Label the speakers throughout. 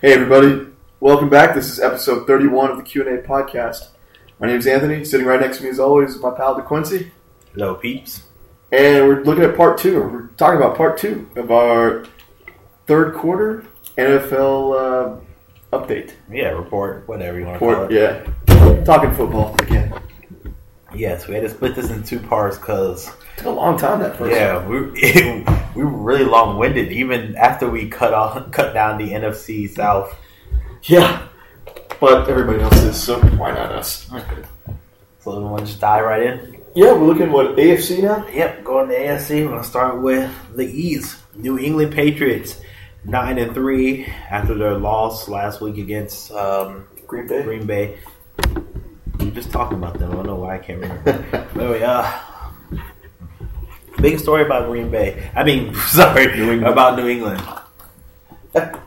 Speaker 1: Hey everybody, welcome back. This is episode 31 of the Q&A podcast. My name is Anthony. Sitting right next to me as always is my pal DeQuincy.
Speaker 2: Hello, peeps.
Speaker 1: And we're looking at part two. We're talking about part two of our third quarter NFL uh, update.
Speaker 2: Yeah, report, whatever you want to call
Speaker 1: Or,
Speaker 2: it.
Speaker 1: yeah, talking football again.
Speaker 2: Yes, we had to split this in two parts because,
Speaker 1: Took a long time that first.
Speaker 2: yeah, we, we were really long winded. Even after we cut off, cut down the NFC South.
Speaker 1: yeah. But everybody else is, so why not us?
Speaker 2: So we want to just dive right in.
Speaker 1: Yeah, we're looking at what AFC now.
Speaker 2: Yep, going to AFC. We're going to start with the East. New England Patriots, 9 and 3 after their loss last week against um,
Speaker 1: Green Bay.
Speaker 2: Green Bay. We were just talking about them. I don't know why I can't remember. but anyway, uh, big story about Green Bay. I mean, sorry, about New England.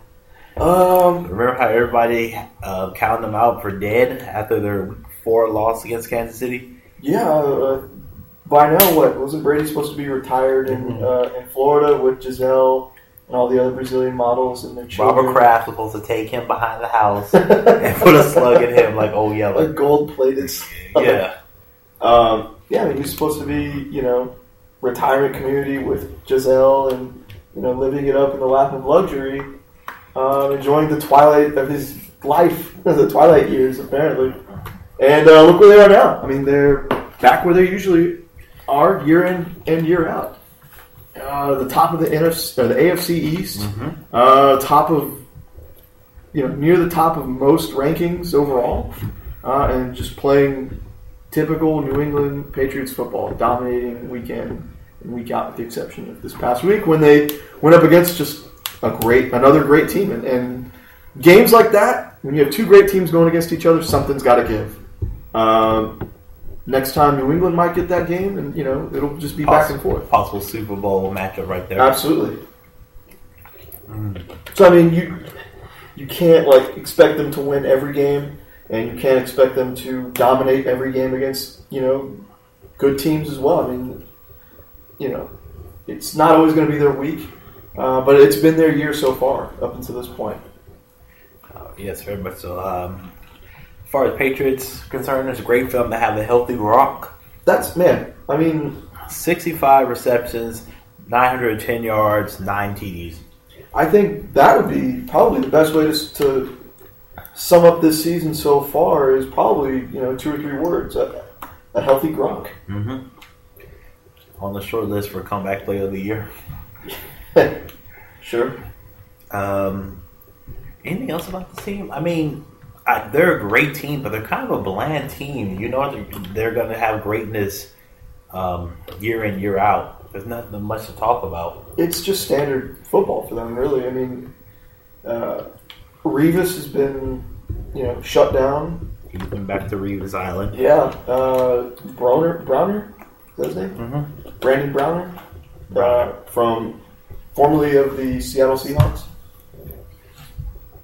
Speaker 1: Um,
Speaker 2: Remember how everybody uh, counted them out for dead after their Week four loss against Kansas City?
Speaker 1: yeah. Uh, by now, what wasn't Brady supposed to be retired in uh,
Speaker 2: Mm-hmm.
Speaker 1: in Florida with Giselle and all the other Brazilian models and their children?
Speaker 2: Robert Kraft was supposed to take him behind the house and
Speaker 1: Kraft
Speaker 2: put a slug in him like old
Speaker 1: a
Speaker 2: yellow.
Speaker 1: gold plated.
Speaker 2: Yeah,
Speaker 1: Um, yeah, he was supposed to be, you know, retirement community with Giselle and, you know, living it up in the lap of luxury, um, enjoying the twilight of his life, the twilight years, apparently. And uh, look where they are now. I mean, they're back where they usually are year in and year out. Uh, the top of the NFC, or the AFC East,
Speaker 2: Mhm.
Speaker 1: uh, top of, you know, near the top of most rankings overall, uh, and just playing typical New England Patriots football, dominating week in and week out, with the exception of this past week when they went up against just a great, another great team. And, and games like that, when you have two great teams going against each other, something's got to give. Um, next time, New England might get that game, and you know it'll just be back and forth.
Speaker 2: possible Super Bowl matchup right there.
Speaker 1: Absolutely. So I mean, you you can't like expect them to win every game, and you can't expect them to dominate every game against you know good teams as well. I mean, you know, it's not always going to be their week, uh, but it's been their year so far up until this point.
Speaker 2: Uh, Yes, very much so. Um, as far as Patriots concerned, it's great for them to have a healthy Rock.
Speaker 1: That's man. I mean,
Speaker 2: 65 receptions, 910 yards, 9 TDs.
Speaker 1: I think that would be probably the best way to, to sum up this season so far is probably you know two or three words. A, a healthy Gronk.
Speaker 2: Mm-hmm. On the short list for comeback player of the year.
Speaker 1: Sure.
Speaker 2: Um, anything else about the team? I mean, I, they're a great team, but they're kind of a bland team. You know, they're, they're going to have greatness um, year in, year out. There's nothing much to talk about.
Speaker 1: It's just standard football for them, really. I mean, uh, Revis has been, you know, shut down.
Speaker 2: He's been back to Reeves Island.
Speaker 1: Yeah. Uh, Browner, Browner, is that his name?
Speaker 2: Mm-hmm.
Speaker 1: Brandon Browner, uh,
Speaker 2: Browner.
Speaker 1: from formerly of the Seattle Seahawks.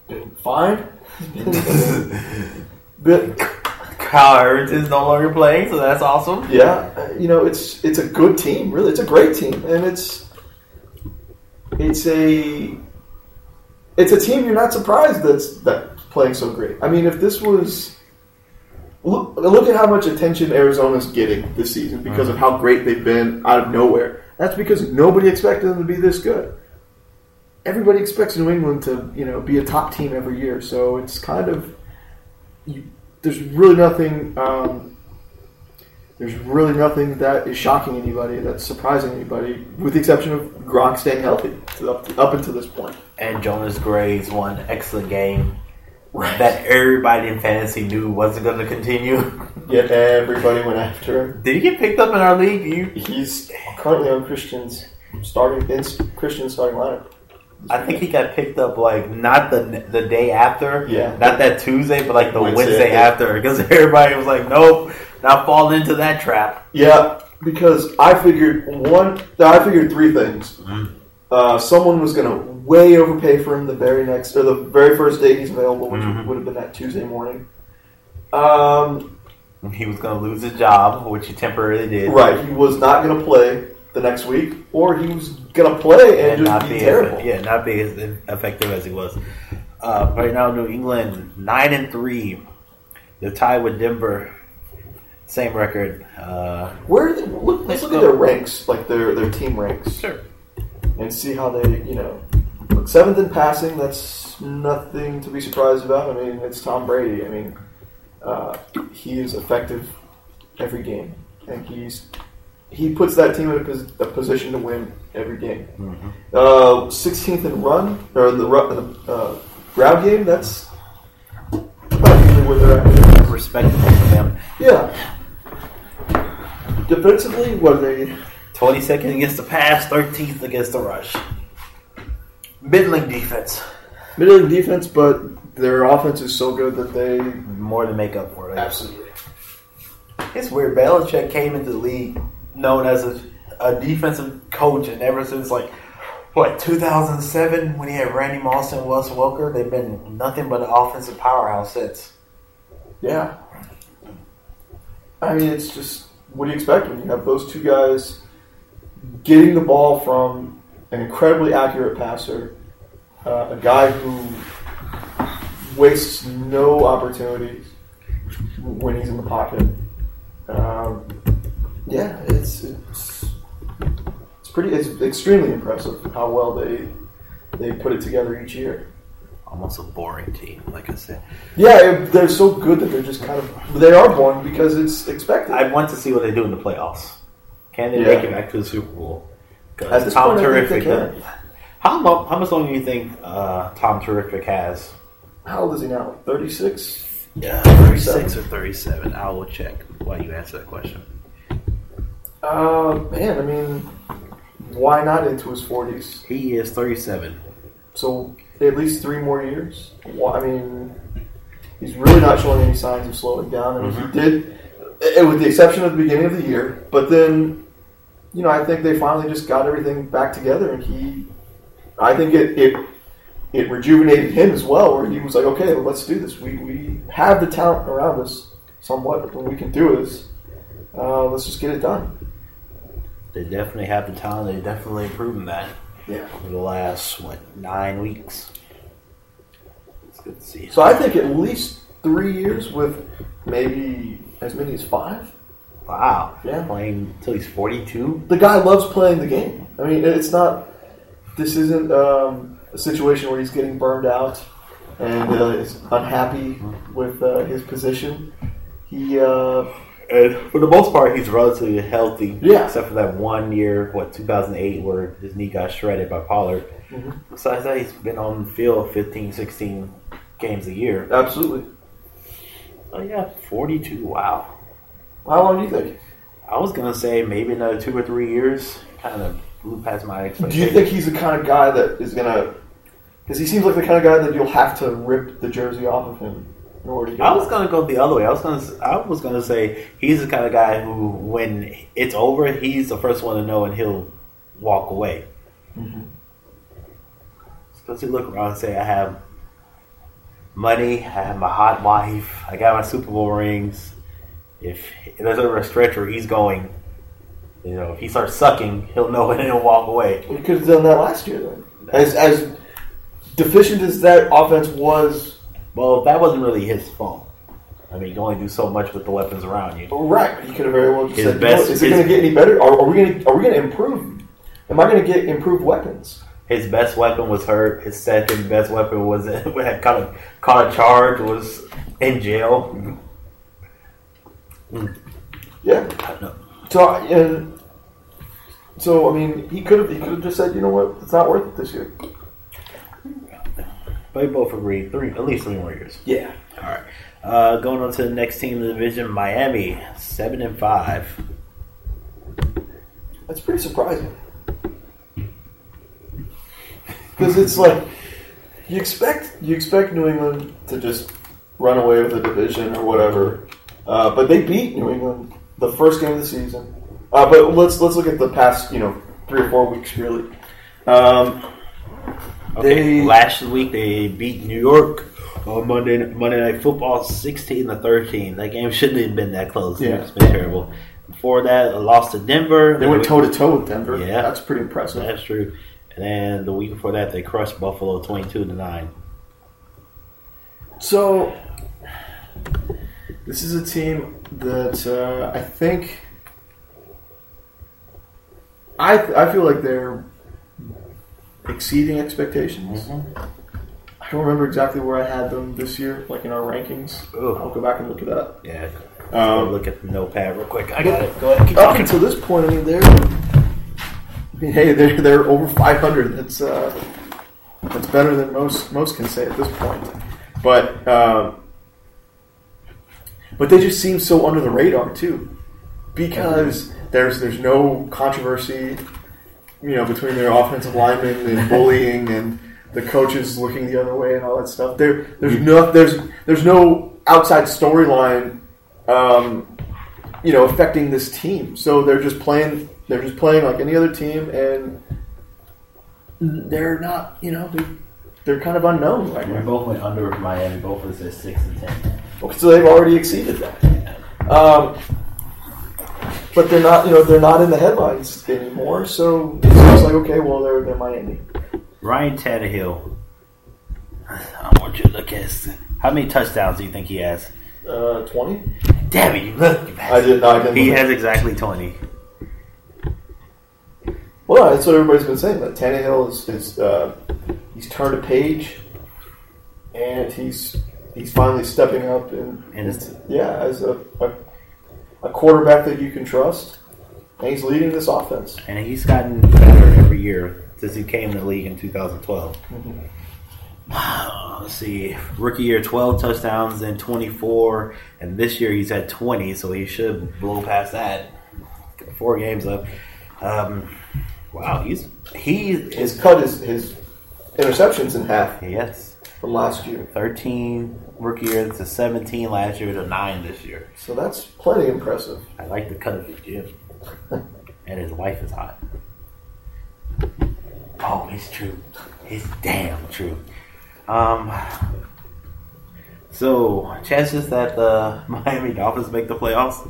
Speaker 1: Been fined. Been-
Speaker 2: Kyle Irons is no longer playing, so that's awesome.
Speaker 1: Yeah, uh, you know, it's it's a good team, really. It's a great team, and it's it's a it's a team you're not surprised that's that's playing so great. I mean, if this was look look at how much attention Arizona's getting this season because of how great they've been out of nowhere. That's because nobody expected them to be this good. Everybody expects New England to, you know, be a top team every year, so it's kind of you, there's really nothing um, there's really nothing that is shocking anybody, that's surprising anybody, with the exception of Gronk staying healthy to- up, up until this point.
Speaker 2: And Jonas Gray's one excellent game that everybody in fantasy knew wasn't going to continue.
Speaker 1: Yet everybody went after him.
Speaker 2: Did he get picked up in our league? You,
Speaker 1: He's currently on Christian's starting in Christian's starting lineup.
Speaker 2: I think he got picked up like not the the day after,
Speaker 1: Yeah.
Speaker 2: not that Tuesday, but like the
Speaker 1: Wednesday,
Speaker 2: Wednesday,
Speaker 1: yeah.
Speaker 2: after, because everybody was like, "Nope, not falling into that trap."
Speaker 1: Yeah, because I figured one, I figured three things. Uh, someone was going to way overpay for him the very next or the very first day he's available, which
Speaker 2: Mhm.
Speaker 1: would have been that Tuesday morning. Um,
Speaker 2: He was going to lose his job, which he temporarily did,
Speaker 1: Right, he was not going to play the next week, or he was going to play and,
Speaker 2: and
Speaker 1: just
Speaker 2: not
Speaker 1: be
Speaker 2: be
Speaker 1: terrible.
Speaker 2: as, yeah, not be as effective as he was. Uh, right now, New England nine and three. They're tied with Denver, same record. Uh,
Speaker 1: Where are they, look, let's look at their ranks, like their their team ranks,
Speaker 2: sure.
Speaker 1: and see how they you know look, seventh in passing. That's nothing to be surprised about. I mean, it's Tom Brady. I mean, uh, he is effective every game, and he's he puts that team in a, pos- a position to win every game. Uh, 16th in run or the run, uh, ground game. That's about usually where they're at.
Speaker 2: Respectful for them.
Speaker 1: Yeah. Defensively, what are they?
Speaker 2: Twenty second against the pass, thirteenth against the rush. Middling defense,
Speaker 1: Middle of defense, but their offense is so good that they
Speaker 2: more than make up for it.
Speaker 1: absolutely.
Speaker 2: It's weird. Belichick came into the league known as a, a defensive coach, and ever since like what 2007, when he had Randy Moss and Wes Welker, they've been nothing but an offensive powerhouse since.
Speaker 1: Yeah. I mean, it's just what do you expect when you have those two guys getting the ball from an incredibly accurate passer, uh, a guy who wastes no opportunities when he's in the pocket. Um, yeah, it's it's it's pretty. It's extremely impressive how well they they put it together each year.
Speaker 2: Almost a boring team, like I said.
Speaker 1: Yeah, it, they're so good that they're just kind of they are born because it's expected.
Speaker 2: I want to see what they do in the playoffs. Can they
Speaker 1: Yeah.
Speaker 2: make it back to the Super Bowl? 'Cause
Speaker 1: At this
Speaker 2: Tom
Speaker 1: point, I think
Speaker 2: Terrific.
Speaker 1: they can.
Speaker 2: uh, How, long, how much longer do you think uh, Tom Terrific has?
Speaker 1: How old is he now? Thirty six.
Speaker 2: Yeah,
Speaker 1: 36
Speaker 2: or 37. I will check while you answer that question.
Speaker 1: Uh, man, I mean, why not into his forties?
Speaker 2: He is 37.
Speaker 1: So at least three more years. Why, I mean, he's really not showing any signs of slowing down. I mean, he did, eh, with the exception of the beginning of the year. But then, you know, I think they finally just got everything back together, and he, I think it it, it rejuvenated him as well, where he was like, okay, well, let's do this. We we have the talent around us somewhat, and we can do this. Uh, let's just get it done.
Speaker 2: They definitely have the talent. They've definitely proven that
Speaker 1: Yeah.
Speaker 2: over the last, what, nine weeks. It's good to see.
Speaker 1: So I think at least three years with maybe as many as five.
Speaker 2: wow.
Speaker 1: Yeah.
Speaker 2: Playing until he's 42.
Speaker 1: the guy loves playing the game. I mean, it's not. This isn't um, a situation where he's getting burned out and uh, is unhappy with uh, his position. He, uh,
Speaker 2: And for the most part, he's relatively healthy.
Speaker 1: Yeah.
Speaker 2: Except for that one year, what, 2008, where his knee got shredded by Pollard.
Speaker 1: Mm-hmm.
Speaker 2: Besides that, he's been on the field 15, 16 games a year.
Speaker 1: absolutely.
Speaker 2: Oh, yeah, 42. Wow.
Speaker 1: How long do you think?
Speaker 2: I was going to say maybe another two or three years. Kind of blew past my
Speaker 1: Do
Speaker 2: expectations.
Speaker 1: you think he's the kind of guy that is gonna? Because he seems like the kind of guy that you'll have to rip the jersey off of him in order to get.
Speaker 2: I was gonna go the other way. I was gonna I was gonna say he's the kind of guy who, when it's over, he's the first one to know, and he'll walk away. Because he look around and say, "I have money. I have my hot wife. I got my Super Bowl rings. If there's ever a stretch where he's going, you know, if he starts sucking, he'll know it and he'll walk away."
Speaker 1: We could have done that last year then. As as deficient as that offense was,
Speaker 2: Well, that wasn't really his fault. I mean, you can only do so much with the weapons around you.
Speaker 1: Oh, Right. He could have very well just
Speaker 2: His
Speaker 1: said,
Speaker 2: best-
Speaker 1: you know, "Is it
Speaker 2: his-
Speaker 1: going to get any better? Are, are we going to are we going to improve? Am I going to get improved weapons?"
Speaker 2: His best weapon was hurt. His second best weapon was had caught a, caught a charge. Was in jail.
Speaker 1: Yeah.
Speaker 2: I don't know.
Speaker 1: So I- and so I mean, he could have he could have just said, "You know what? It's not worth it this year."
Speaker 2: But we both agree three at least three more years.
Speaker 1: Yeah.
Speaker 2: All right. Uh, going on to the next team in the division, Miami, seven and five.
Speaker 1: That's pretty surprising. Because it's like you expect you expect New England to just run away with the division or whatever, uh, but they beat New England the first game of the season. Uh, but let's let's look at the past you know three or four weeks really. Um,
Speaker 2: Okay.
Speaker 1: They-
Speaker 2: Last week they beat New York on Monday Monday Night Football, sixteen to thirteen. That game shouldn't have been that close.
Speaker 1: Yeah.
Speaker 2: it's been terrible. Before that, a loss to Denver.
Speaker 1: they went toe to toe with Denver.
Speaker 2: Yeah.
Speaker 1: that's pretty impressive.
Speaker 2: That's true. And then the week before that, they crushed Buffalo twenty-two to nine.
Speaker 1: So this is a team that uh, I think I I feel like they're exceeding expectations.
Speaker 2: Mm-hmm.
Speaker 3: Mm-hmm.
Speaker 1: I don't remember exactly where I had them this year, like in our rankings.
Speaker 2: Ooh.
Speaker 1: I'll go back and look it up.
Speaker 2: Yeah. Go
Speaker 1: Um,
Speaker 2: look at the notepad real quick. I got it. Go ahead. Keep
Speaker 1: up
Speaker 2: talking.
Speaker 1: until this point, I mean, they're I mean, hey, they're they're over 500. That's uh, that's better than most most can say at this point. But um, but they just seem so under the radar too, because there's there's no controversy, you know, between their offensive linemen and bullying and the coaches looking the other way and all that stuff. There there's no there's there's no outside storyline. Um, you know affecting this team. So they're just playing. They're just playing like any other team, and they're not. You know, they're, they're kind of unknown right
Speaker 3: We
Speaker 1: now.
Speaker 3: both went under with Miami. Both of us at six and ten.
Speaker 1: So they've already exceeded that. Um, but they're not. You know, they're not in the headlines anymore. So it's just like okay, well, they're they're Miami.
Speaker 2: Ryan Tannehill. I want you to look at this. How many touchdowns do you think he has?
Speaker 1: Uh, Twenty.
Speaker 2: Damn it! You look. You
Speaker 1: I did not. I didn't
Speaker 2: He
Speaker 1: look.
Speaker 2: has exactly twenty.
Speaker 1: Well, no, that's what everybody's been saying. That Tannehill is, is uh, he's turned a page, and he's he's finally stepping up and,
Speaker 2: And it's-
Speaker 1: yeah, as a, a a quarterback that you can trust, and he's leading this offense.
Speaker 2: and he's gotten better every year since he came in the league in 2012. Let's see, rookie year 12 touchdowns, then 24, and this year he's at 20, so he should blow past that. Four games up. Um, wow, he's he is
Speaker 1: His cut is his interceptions in half
Speaker 2: yes
Speaker 1: from last year,
Speaker 2: 13 rookie year to 17 last year to nine this year.
Speaker 1: so that's plenty impressive.
Speaker 2: I like the cut of his gym, and his wife is hot. Oh, it's true. It's damn true. Um, so chances that the Miami Dolphins make the playoffs.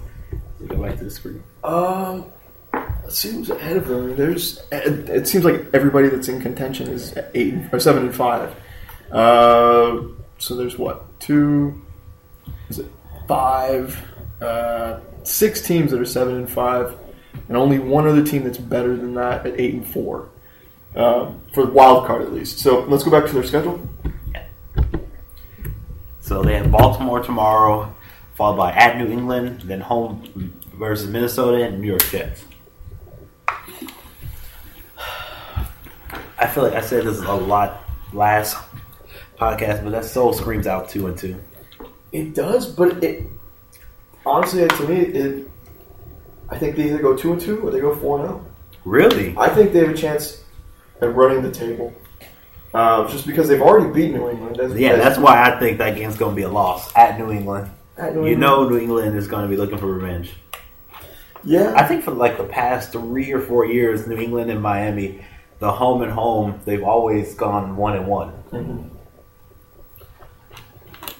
Speaker 2: We go back to the screen.
Speaker 1: Um, let's see who's ahead of them. There's. It it seems like everybody that's in contention is eight or seven and five. Uh, so there's what two? Is it five? Uh, six teams that are seven and five, and only one other team that's better than that at eight and four. Um, for the wild card, at least. So let's go back to their schedule.
Speaker 2: So they have Baltimore tomorrow, followed by at New England, then home versus Minnesota and New York Jets. I feel like I said this a lot last podcast, but that still screams out two and two.
Speaker 1: It does, but it honestly, to me, it. I think they either go two and two or they go four and oh. zero.
Speaker 2: Really?
Speaker 1: I think they have a chance at running the table, uh, just because they've already beat New England. That's,
Speaker 2: Yeah, that's why I think that game's going to be a loss at New England.
Speaker 1: that's-
Speaker 2: You know, New England is going to be looking for revenge.
Speaker 1: yeah,
Speaker 2: I think for like the past three or four years, New England and Miami, the home and home, they've always gone one and one.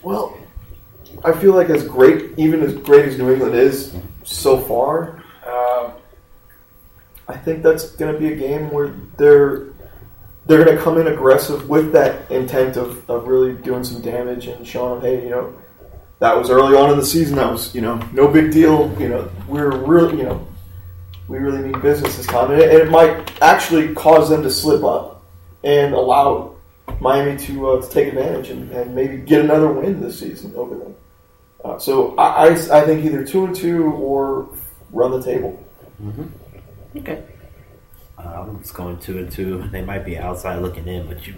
Speaker 1: well, I feel like as great, even as great as New England is so far, um, I think that's going to be a game where they're they're going to come in aggressive with that intent of, of really doing some damage and showing them, hey, you know, that was early on in the season. That was you know no big deal. You know, we're really you know we really mean business this time, and it, and it might actually cause them to slip up and allow Miami to, uh, to take advantage and, and maybe get another win this season over them. Uh, so I, I, I think either two and two or run the table.
Speaker 2: Okay. Um, it's going two and two. They might be outside looking in, but you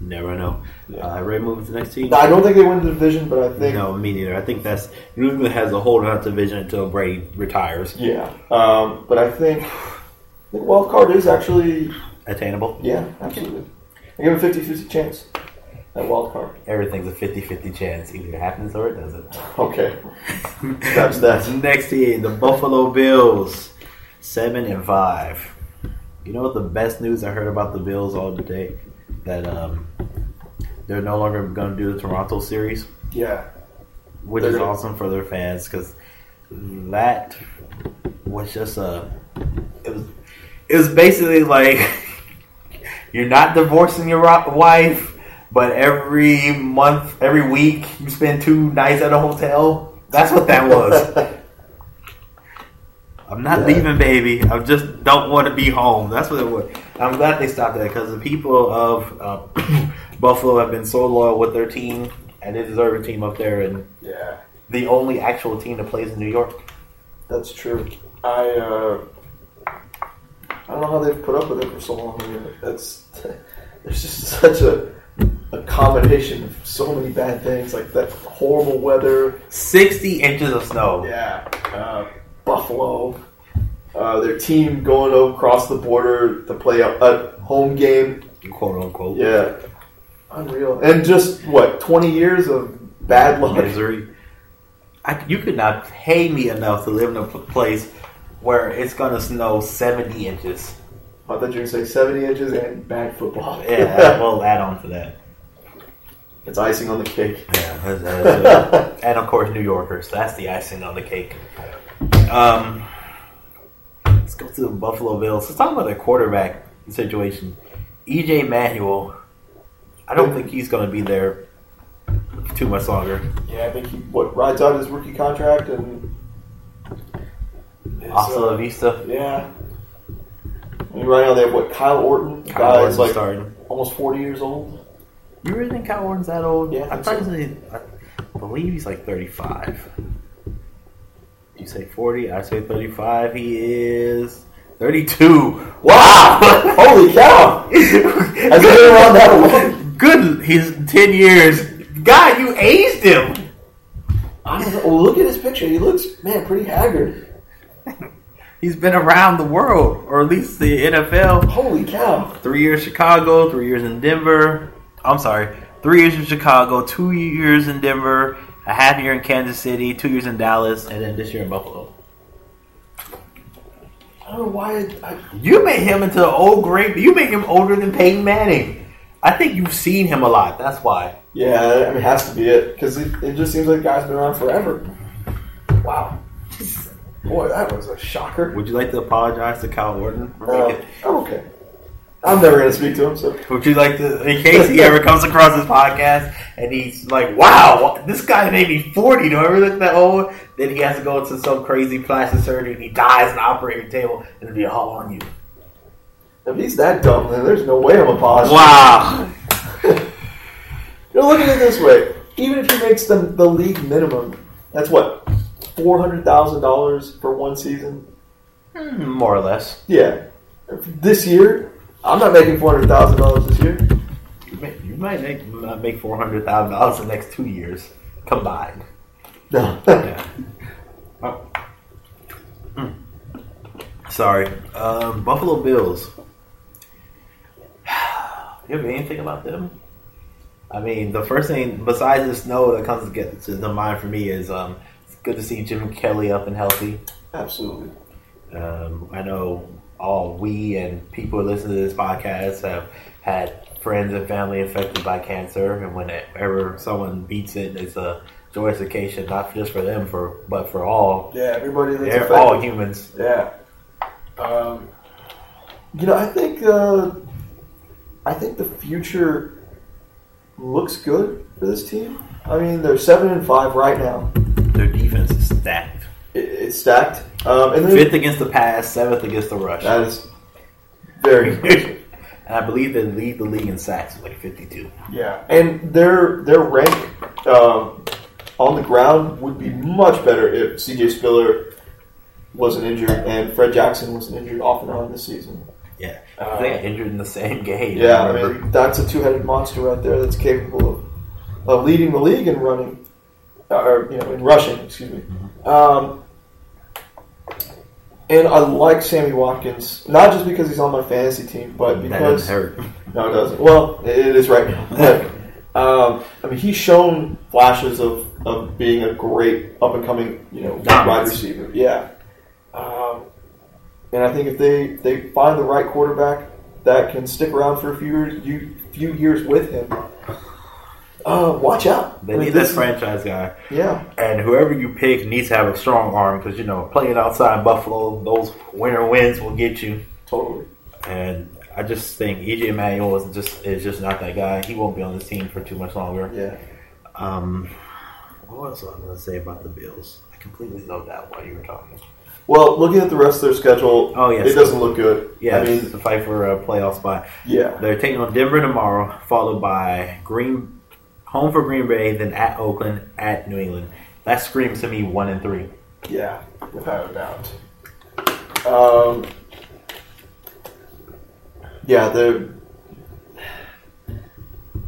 Speaker 2: never know. Uh, Ray moves to the next team.
Speaker 1: Now, I don't think they win the division, but I think
Speaker 2: no, me neither. I think that's New England has a whole nother division until Brady retires.
Speaker 1: yeah. Um, but I think the wild card is actually
Speaker 2: Attainable.
Speaker 1: yeah, absolutely. I give them 50-50 chance at wild card.
Speaker 2: Everything's a 50-50 chance. Either it happens or it doesn't.
Speaker 1: Okay, that's that.
Speaker 2: Next team, the Buffalo Bills, seven and five. You know what the best news I heard about the Bills all day? That um, they're no longer going to do the Toronto series.
Speaker 1: Yeah,
Speaker 2: which is
Speaker 1: They're-
Speaker 2: awesome for their fans because that was just a it was it was basically like you're not divorcing your ro- wife But every month, every week, you spend two nights at a hotel. That's what that was. I'm not
Speaker 1: Yeah.
Speaker 2: leaving, baby. I just don't want to be home. That's what it was. I'm glad they stopped that because the people of uh, Buffalo have been so loyal with their team, and they deserve a team up there, and
Speaker 1: yeah,
Speaker 2: the only actual team that plays in New York.
Speaker 1: that's true. I uh, I don't know how they've put up with it for so long. I mean, that's there's just such a a combination of so many bad things, like that horrible weather.
Speaker 2: 60 inches of snow.
Speaker 1: Yeah, uh, Buffalo. Uh, their team going across the border to play a, a home game.
Speaker 2: quote unquote.
Speaker 1: Yeah, unreal. And just what twenty years of bad luck.
Speaker 2: Misery. I, you could not pay me enough to live in a p- place where it's gonna snow seventy inches.
Speaker 1: I thought you were gonna say seventy inches and bad football.
Speaker 2: Yeah, we'll add on to that.
Speaker 1: it's icing on the cake.
Speaker 2: Yeah, that's- that's it. and of course New Yorkers. That's the icing on the cake. Um, let's go to the Buffalo Bills. Let's talk about their quarterback situation. EJ Manuel. I don't think he's gonna be there too much longer.
Speaker 1: Yeah, I think he what rides out his rookie contract and it's,
Speaker 2: Hasta
Speaker 1: uh,
Speaker 2: la vista.
Speaker 1: yeah. I mean, right now they have what Kyle Orton,
Speaker 2: Kyle
Speaker 1: guy
Speaker 2: Orton's
Speaker 1: is like
Speaker 2: starting.
Speaker 1: almost forty years old.
Speaker 2: You really think Kyle Orton's that old?
Speaker 1: Yeah, I
Speaker 2: I,
Speaker 1: think
Speaker 2: thought
Speaker 1: so.
Speaker 2: he was- I believe he's like 35. You say 40, I say 35. He is 32.
Speaker 1: Wow! Holy cow! Has he been around that long?
Speaker 2: Good, he's 10 years. God, you aged him.
Speaker 1: I don't know. Well, look at his picture. He looks man pretty haggard.
Speaker 2: He's been around the world, or at least the NFL.
Speaker 1: Holy cow!
Speaker 2: Three years Chicago, three years in Denver. I'm sorry, three years in Chicago, two years in Denver, a half year in Kansas City, two years in Dallas, and then this year in Buffalo.
Speaker 1: I don't know why. I, I,
Speaker 2: You made him into an old great. You made him older than Peyton Manning. I think you've seen him a lot. That's why.
Speaker 1: yeah, I mean, it has to be it because it, it just seems like the guy's been around forever. Wow. Boy, that was a shocker.
Speaker 2: Would you like to apologize to Kyle Orton? For
Speaker 1: Uh,
Speaker 2: making-
Speaker 1: I'm okay. I'm never gonna speak to him. So
Speaker 2: Would you like to, in case he ever comes across this podcast and he's like, "Wow, this guy may be forty. Do I really look that old?" Then he has to go into some crazy plastic surgery and he dies on the operating table, and it'll be all on you.
Speaker 1: if he's that dumb, then there's no way I'm a positive.
Speaker 2: Wow.
Speaker 1: You know, look at it this way: even if he makes the the league minimum, that's what four hundred thousand dollars for one season.
Speaker 2: Hmm, More or less.
Speaker 1: Yeah, this year I'm not making four hundred thousand dollars this year.
Speaker 2: You may- you might make not make four hundred thousand dollars the next two years combined.
Speaker 1: No.
Speaker 2: Yeah. Oh. Mm. Sorry. Um, Buffalo Bills. you have anything about them? I mean, the first thing besides the snow that comes to, get to the mind for me is um, it's good to see Jim Kelly up and healthy.
Speaker 1: Absolutely.
Speaker 2: Um, I know all we and people listening to this podcast have had friends and family affected by cancer, and whenever someone beats it, it's a joyous occasion, not just for them, for but for all.
Speaker 1: Yeah, everybody that's
Speaker 2: They're
Speaker 1: affected.
Speaker 2: all humans.
Speaker 1: Yeah. Um, you know, I think uh, I think the future looks good for this team. I mean, they're seven and five right now.
Speaker 2: Their defense is stacked.
Speaker 1: It, it's stacked, um, and then
Speaker 2: Fifth against the pass, seventh against the rush.
Speaker 1: that is very impressive.
Speaker 2: and I believe they lead the league in sacks, like 52.
Speaker 1: yeah. And their their rank um, on the ground would be much better if C.J. Spiller wasn't injured and Fred Jackson wasn't injured off and on this season.
Speaker 2: Yeah.
Speaker 1: Uh,
Speaker 2: they got injured in the same game.
Speaker 1: Yeah, I
Speaker 2: remember?
Speaker 1: mean, that's a two-headed monster right there that's capable of, of leading the league in running, or you know, in rushing. Excuse me. Um, and I like Sammy Watkins, not just because he's on my fantasy team, but
Speaker 2: that
Speaker 1: because
Speaker 2: doesn't hurt.
Speaker 1: no, it doesn't. Well, it it is right now. But, um, I mean, he's shown flashes of, of being a great up and coming, you know, wide
Speaker 2: Dominance.
Speaker 1: receiver. Yeah. Um, and I think if they, they find the right quarterback that can stick around for a few years, you, few years with him, uh, watch out.
Speaker 2: They
Speaker 1: I mean,
Speaker 2: need this
Speaker 1: is-
Speaker 2: franchise guy.
Speaker 1: Yeah,
Speaker 2: And whoever you pick needs to have a strong arm because, you know, playing outside Buffalo, those winter winds will get you.
Speaker 1: totally.
Speaker 2: And I just think EJ Manuel is just is just not that guy. He won't be on this team for too much longer.
Speaker 1: Yeah.
Speaker 2: Um, what else was I going to say about the Bills? I completely zoned that while you were talking.
Speaker 1: Well, looking at the rest of their schedule,
Speaker 2: Oh, yes.
Speaker 1: it doesn't look good.
Speaker 2: Yeah,
Speaker 1: I
Speaker 2: it's
Speaker 1: mean,
Speaker 2: the fight for a playoff spot.
Speaker 1: yeah,
Speaker 2: They're taking on Denver tomorrow, followed by Green home for Green Bay, then at Oakland, at New England. That screams to me one and three.
Speaker 1: yeah, without a doubt. Um, yeah, they're.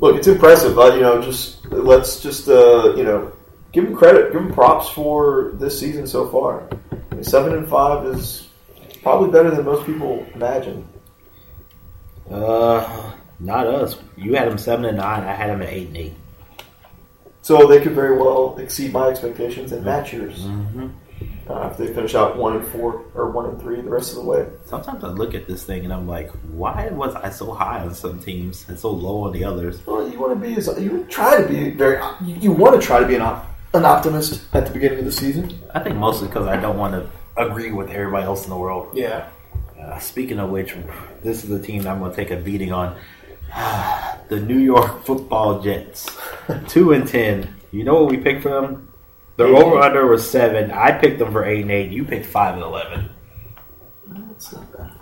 Speaker 1: Look, it's impressive. Uh, you know, just let's just uh, you know give them credit, give them props for this season so far. I mean, Seven and five is probably better than most people imagine.
Speaker 2: Uh, not us. You had them seven and nine. I had them at eight and eight.
Speaker 1: So they could very well exceed my expectations and match yours
Speaker 2: Mm-hmm.
Speaker 1: uh, if they finish out one and four or one and three the rest of the way.
Speaker 2: Sometimes I look at this thing and I'm like, why was I so high on some teams and so low on the others?
Speaker 1: Well, you want to be as you try to be very. You, you want to try to be an op, an optimist at the beginning of the season.
Speaker 2: I think mostly because I don't want to agree with everybody else in the world.
Speaker 1: Yeah.
Speaker 2: Uh, speaking of which, this is the team that I'm going to take a beating on. the New York Football Jets, two and ten. You know what we picked for them? Their
Speaker 1: Eight and
Speaker 2: over under was seven. I picked them for eight and eight. You picked five and eleven.
Speaker 1: That's not bad.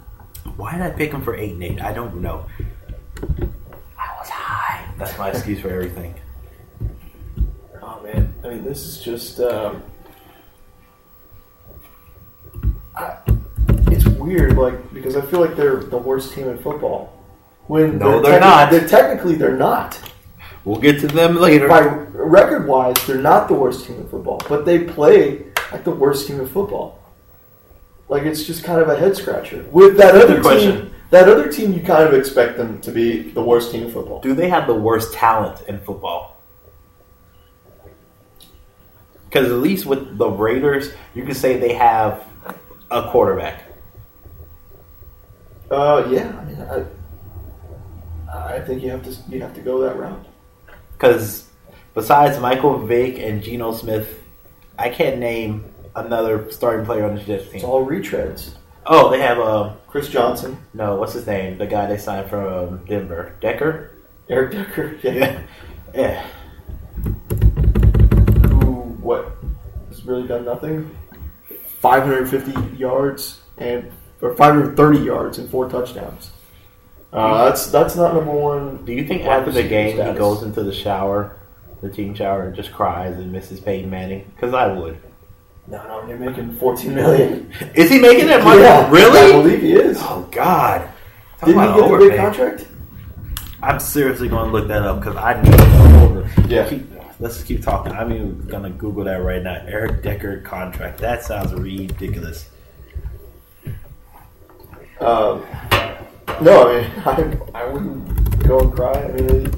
Speaker 2: Why did I pick him for eight and eight? I don't know. I was high. That's my excuse for everything.
Speaker 1: Oh man, I mean this is just. Um, I, it's weird, like because I feel like they're the worst team in football. When
Speaker 2: No, they're not.
Speaker 1: They're technically they're not.
Speaker 2: We'll get to them later.
Speaker 1: by record wise, they're not the worst team in football, but they play like the worst team in football. Like it's just kind of a head scratcher. With that
Speaker 2: Good
Speaker 1: other
Speaker 2: question.
Speaker 1: team, that other team, you kind of expect them to be the worst team in football.
Speaker 2: Do they have the worst talent in football? Because at least with the Raiders, you can say they have a quarterback.
Speaker 1: Uh, yeah, I mean, I, I think you have to you have to go that route.
Speaker 2: Because besides Michael Vick and Geno Smith, I can't name another starting player on the Jets
Speaker 1: It's
Speaker 2: team.
Speaker 1: all retreads.
Speaker 2: Oh, they have um,
Speaker 1: Chris Johnson,
Speaker 2: no, what's his name? The guy they signed from Denver, Decker.
Speaker 1: Eric Decker, yeah,
Speaker 2: Yeah. Yeah.
Speaker 1: who what has really done nothing. Five hundred fifty yards and or five hundred thirty yards and four touchdowns.
Speaker 2: Hmm.
Speaker 1: Uh, that's that's not number one
Speaker 2: Do you think
Speaker 1: Wide
Speaker 2: after the
Speaker 1: receiver
Speaker 2: game
Speaker 1: status.
Speaker 2: he goes into the shower, the team shower, and just cries and misses Peyton Manning? Because I would.
Speaker 1: No, no, they're making fourteen million.
Speaker 2: Is he making that money?
Speaker 1: Yeah, I
Speaker 2: really?
Speaker 1: believe he is.
Speaker 2: Oh God! Talk
Speaker 1: Didn't
Speaker 2: about
Speaker 1: he get the
Speaker 2: overpay.
Speaker 1: big contract?
Speaker 2: I'm seriously going to look that up because I need to know.
Speaker 1: Yeah.
Speaker 2: Keep, let's just keep talking. I'm even going to Google that right now. Eric Decker contract. That sounds ridiculous.
Speaker 1: Um, no, I mean, I, I wouldn't go and cry. I mean, it-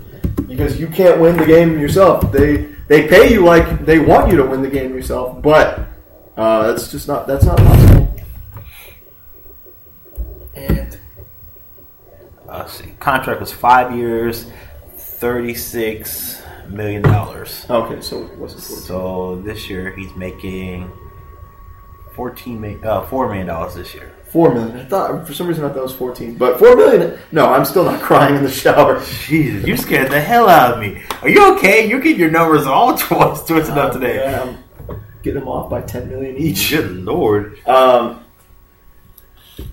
Speaker 1: because you can't win the game yourself. They they pay you like they want you to win the game yourself, but uh, that's just not that's not possible. And
Speaker 2: Uh, see, contract was five years, thirty-six million dollars.
Speaker 1: okay, so it wasn't fourteen.
Speaker 2: So this year he's making fourteen million, uh, four million dollars this year.
Speaker 1: Four million. I thought for some reason I thought it was fourteen, but four million. No, I'm still not crying in the shower.
Speaker 2: Jesus, you scared the hell out of me. Are you okay? You get your numbers all twice, twisted up today.
Speaker 1: Oh, Yeah, I'm getting them off by ten million each.
Speaker 2: Good lord,
Speaker 1: Um,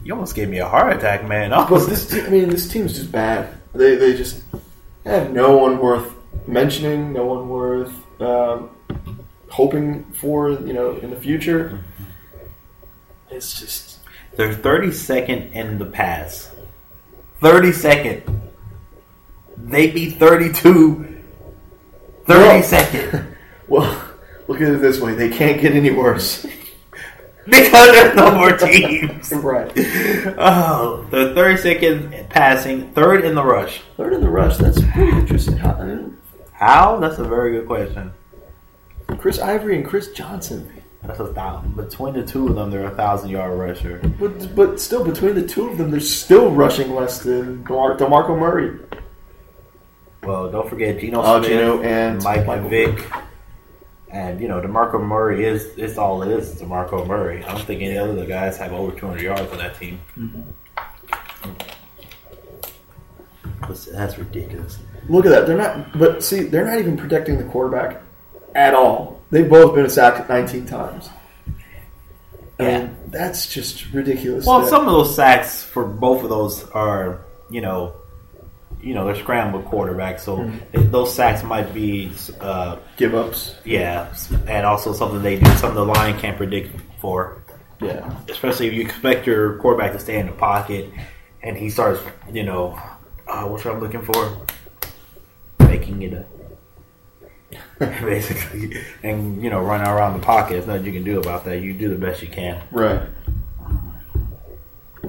Speaker 2: you almost gave me a heart attack, man. I
Speaker 1: but
Speaker 2: was-
Speaker 1: this, te- I mean, this team's just bad. They they just have no one worth mentioning, no one worth um, hoping for. You know, in the future, it's just
Speaker 2: They're thirty second in the pass. Thirty second. They be thirty two.
Speaker 1: No.
Speaker 2: Thirty second.
Speaker 1: well. Look at it this way: they can't get any worse.
Speaker 2: Because there's no more teams.
Speaker 1: right.
Speaker 2: Oh, they're 32nd in passing, third in the rush.
Speaker 1: Third in the rush. That's pretty interesting. How- I mean,
Speaker 2: How? That's a very good question.
Speaker 1: Chris Ivory and Chris Johnson.
Speaker 2: That's a thousand. Between the two of them, they're a thousand yard rusher.
Speaker 1: But, but still, between the two of them, they're still rushing less than DeMar- DeMarco Murray.
Speaker 2: Well, don't forget Geno
Speaker 1: Uh,
Speaker 2: Smith,
Speaker 1: Geno and
Speaker 2: Mike
Speaker 1: Michael
Speaker 2: Vick, and you know DeMarco Murray is it's all it is. DeMarco Murray.
Speaker 1: Mm-hmm.
Speaker 2: I don't think any other guys have over 200 yards on that team. That's, that's ridiculous.
Speaker 1: Look at that. They're not, but see, they're not even protecting the quarterback at all. They've both been sacked 19 times.
Speaker 2: Yeah.
Speaker 1: And that's just ridiculous.
Speaker 2: Well,
Speaker 1: that-
Speaker 2: some of those sacks for both of those are, you know, you know, they're scrambled quarterbacks, so th- those sacks might be, uh,
Speaker 1: give ups.
Speaker 2: yeah, s- and also something they do, something the line can't predict for.
Speaker 1: Yeah.
Speaker 2: Especially if you expect your quarterback to stay in the pocket, and he starts, you know, uh, what's what I'm looking for, making it up. Basically, and you know, running around the pocket. There's nothing you can do about that. You do the best you can.
Speaker 1: Right.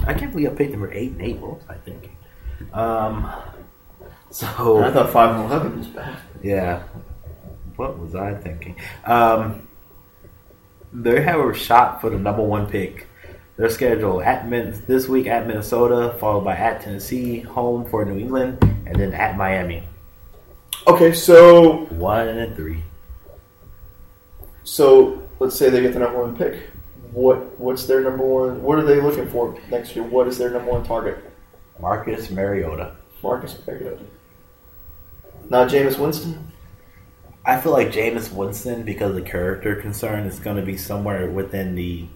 Speaker 2: I can't believe I picked number eight and eight. What was I thinking? Um,
Speaker 1: I
Speaker 2: so
Speaker 1: thought 5 and 11 was bad.
Speaker 2: yeah, what was I thinking? Um, they have a shot for the number one pick. Their schedule at Min- this week at Minnesota, followed by at Tennessee, home for New England, and then at Miami.
Speaker 1: Okay, so
Speaker 2: One and three.
Speaker 1: So let's say they get the number one pick. What what's their number one? What are they looking for next year? What is their number one target?
Speaker 2: Marcus Mariota.
Speaker 1: Marcus Mariota. Not Jameis Winston.
Speaker 2: I feel like Jameis Winston, because of character concern, is going to be somewhere within the.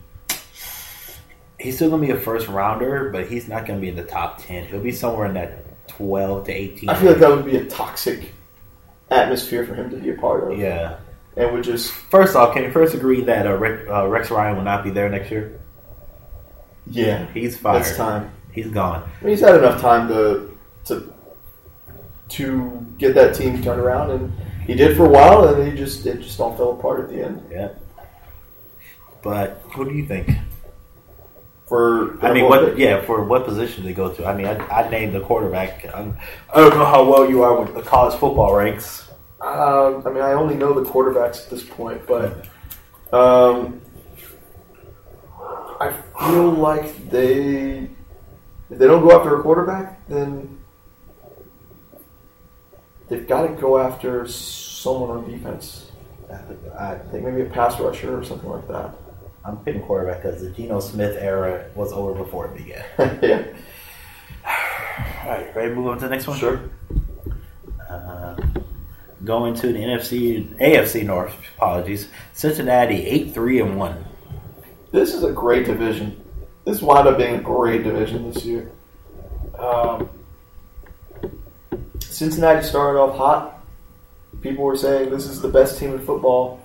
Speaker 2: He's still going to be a first rounder, but he's not going to be in the top 10. He'll be somewhere in that 12 to 18.
Speaker 1: I feel like that would be a toxic atmosphere for him to be a part of.
Speaker 2: Yeah.
Speaker 1: And would just
Speaker 2: First off, can you first agree that uh, Rex, uh, Rex Ryan will not be there next year?
Speaker 1: yeah,
Speaker 2: He's fired.
Speaker 1: that's time.
Speaker 2: He's gone.
Speaker 1: I mean, he's had enough time to to to get that team turned around, and he did for a while, and he just it just all fell apart at the end.
Speaker 2: Yep. But who do you think?
Speaker 1: For
Speaker 2: I mean,
Speaker 1: number one pick.
Speaker 2: what? Yeah, for what position they go to? I mean, I, I named the quarterback. I'm, I don't know how well you are with the college football ranks.
Speaker 1: Um, I mean, I only know the quarterbacks at this point, but um, I feel like they if they don't go after a quarterback, then they've got to go after someone on defense. I think maybe a pass rusher or something like that.
Speaker 2: I'm picking quarterback because the Geno Smith era was over before it began.
Speaker 1: yeah,
Speaker 2: All right, ready to move on to the next one?
Speaker 1: sure.
Speaker 2: Uh, going to the NFC, AFC North. Apologies, Cincinnati eight three and one.
Speaker 1: This is a great division. This wound up being a great division this year. Um, Cincinnati started off hot. People were saying this is the best team in football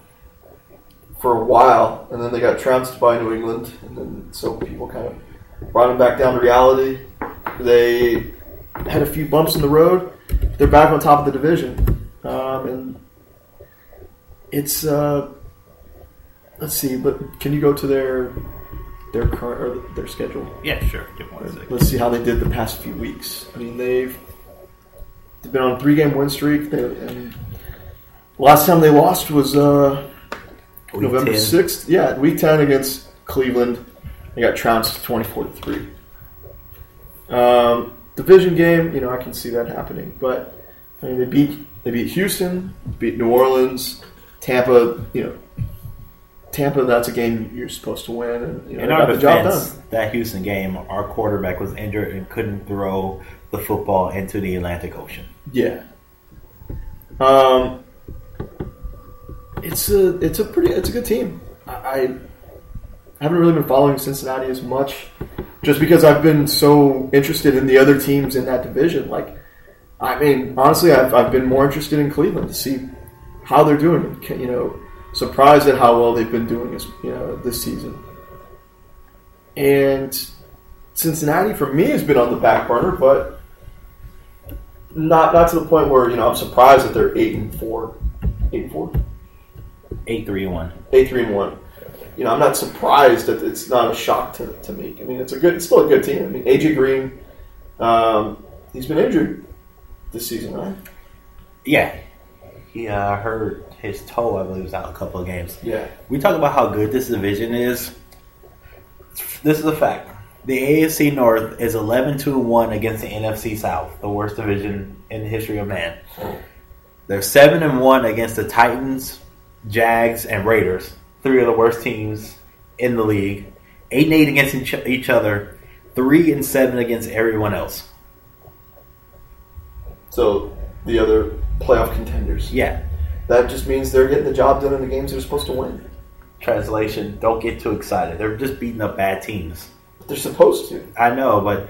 Speaker 1: for a while, and then they got trounced by New England, and then so people kind of brought them back down to reality. They had a few bumps in the road. They're back on top of the division, um, and it's. Uh, Let's see, but can you go to their their current or their schedule?
Speaker 2: Yeah, sure. Give one
Speaker 1: Let's see how they did the past few weeks. I mean, they've they've been on a three game win streak. They, and last time they lost was uh, November sixth. Yeah, week ten against Cleveland. They got trounced twenty four to three. Um, division game, you know, I can see that happening. But I mean, they beat they beat Houston, beat New Orleans, Tampa. You know, Tampa. That's a game you're supposed to win, and you know,
Speaker 2: In
Speaker 1: they
Speaker 2: our
Speaker 1: got the job
Speaker 2: defense,
Speaker 1: done.
Speaker 2: that Houston game, our quarterback was injured and couldn't throw the football into the Atlantic Ocean.
Speaker 1: Yeah. Um, it's a it's a pretty it's a good team. I, I haven't really been following Cincinnati as much, just because I've been so interested in the other teams in that division. Like, I mean, honestly, I've I've been more interested in Cleveland to see how they're doing. and ca- You know, surprised at how well they've been doing this you know this season. And Cincinnati for me has been on the back burner, but not not to the point where you know I'm surprised that they're eight and four, eight and four,
Speaker 2: Eight three and one.
Speaker 1: eight three and one. You know I'm not surprised that it's not a shock to, to me. I mean it's a good, it's still a good team. I mean AJ Green, um, he's been injured this season, right?
Speaker 2: Yeah, he uh, hurt his toe. I believe was out a couple of games.
Speaker 1: Yeah,
Speaker 2: We talk about how good this division is. This is a fact. The AFC North is 11 2 1 against the NFC South, the worst division in the history of man. They're 7 and 1 against the Titans, Jags, and Raiders, three of the worst teams in the league. 8 and 8 against each, each other, 3 and 7 against everyone else.
Speaker 1: So the other playoff contenders.
Speaker 2: Yeah.
Speaker 1: That just means they're getting the job done in the games they're supposed to win.
Speaker 2: Translation: Don't get too excited. They're just beating up bad teams.
Speaker 1: They're supposed to.
Speaker 2: I know, but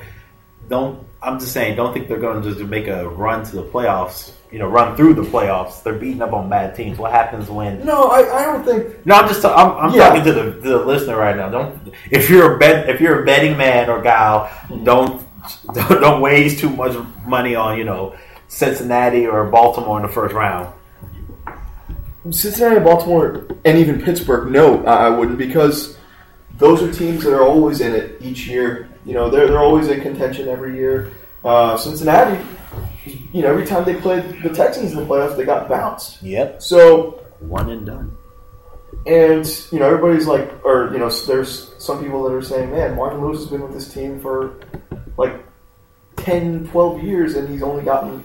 Speaker 2: don't. I'm just saying, don't think they're going to just make a run to the playoffs. You know, run through the playoffs. They're beating up on bad teams. What happens when?
Speaker 1: No, I, I don't think.
Speaker 2: No, I'm just. I'm, I'm
Speaker 1: Yeah.
Speaker 2: talking to the, to the listener right now. Don't. If you're a bet, if you're a betting man or gal, don't don't, don't waste too much money on you know Cincinnati or Baltimore in the first round.
Speaker 1: Cincinnati, Baltimore, and even Pittsburgh. No, I I wouldn't because those are teams that are always in it each year. You know, they're they're always in contention every year. Uh, Cincinnati, you know, every time they played the Texans in the playoffs, they got bounced.
Speaker 2: Yep,
Speaker 1: So
Speaker 2: one and done.
Speaker 1: and you know, everybody's like, or you know, there's some people that are saying, "Man, Marvin Lewis has been with this team for like 10, 12 years, and he's only gotten."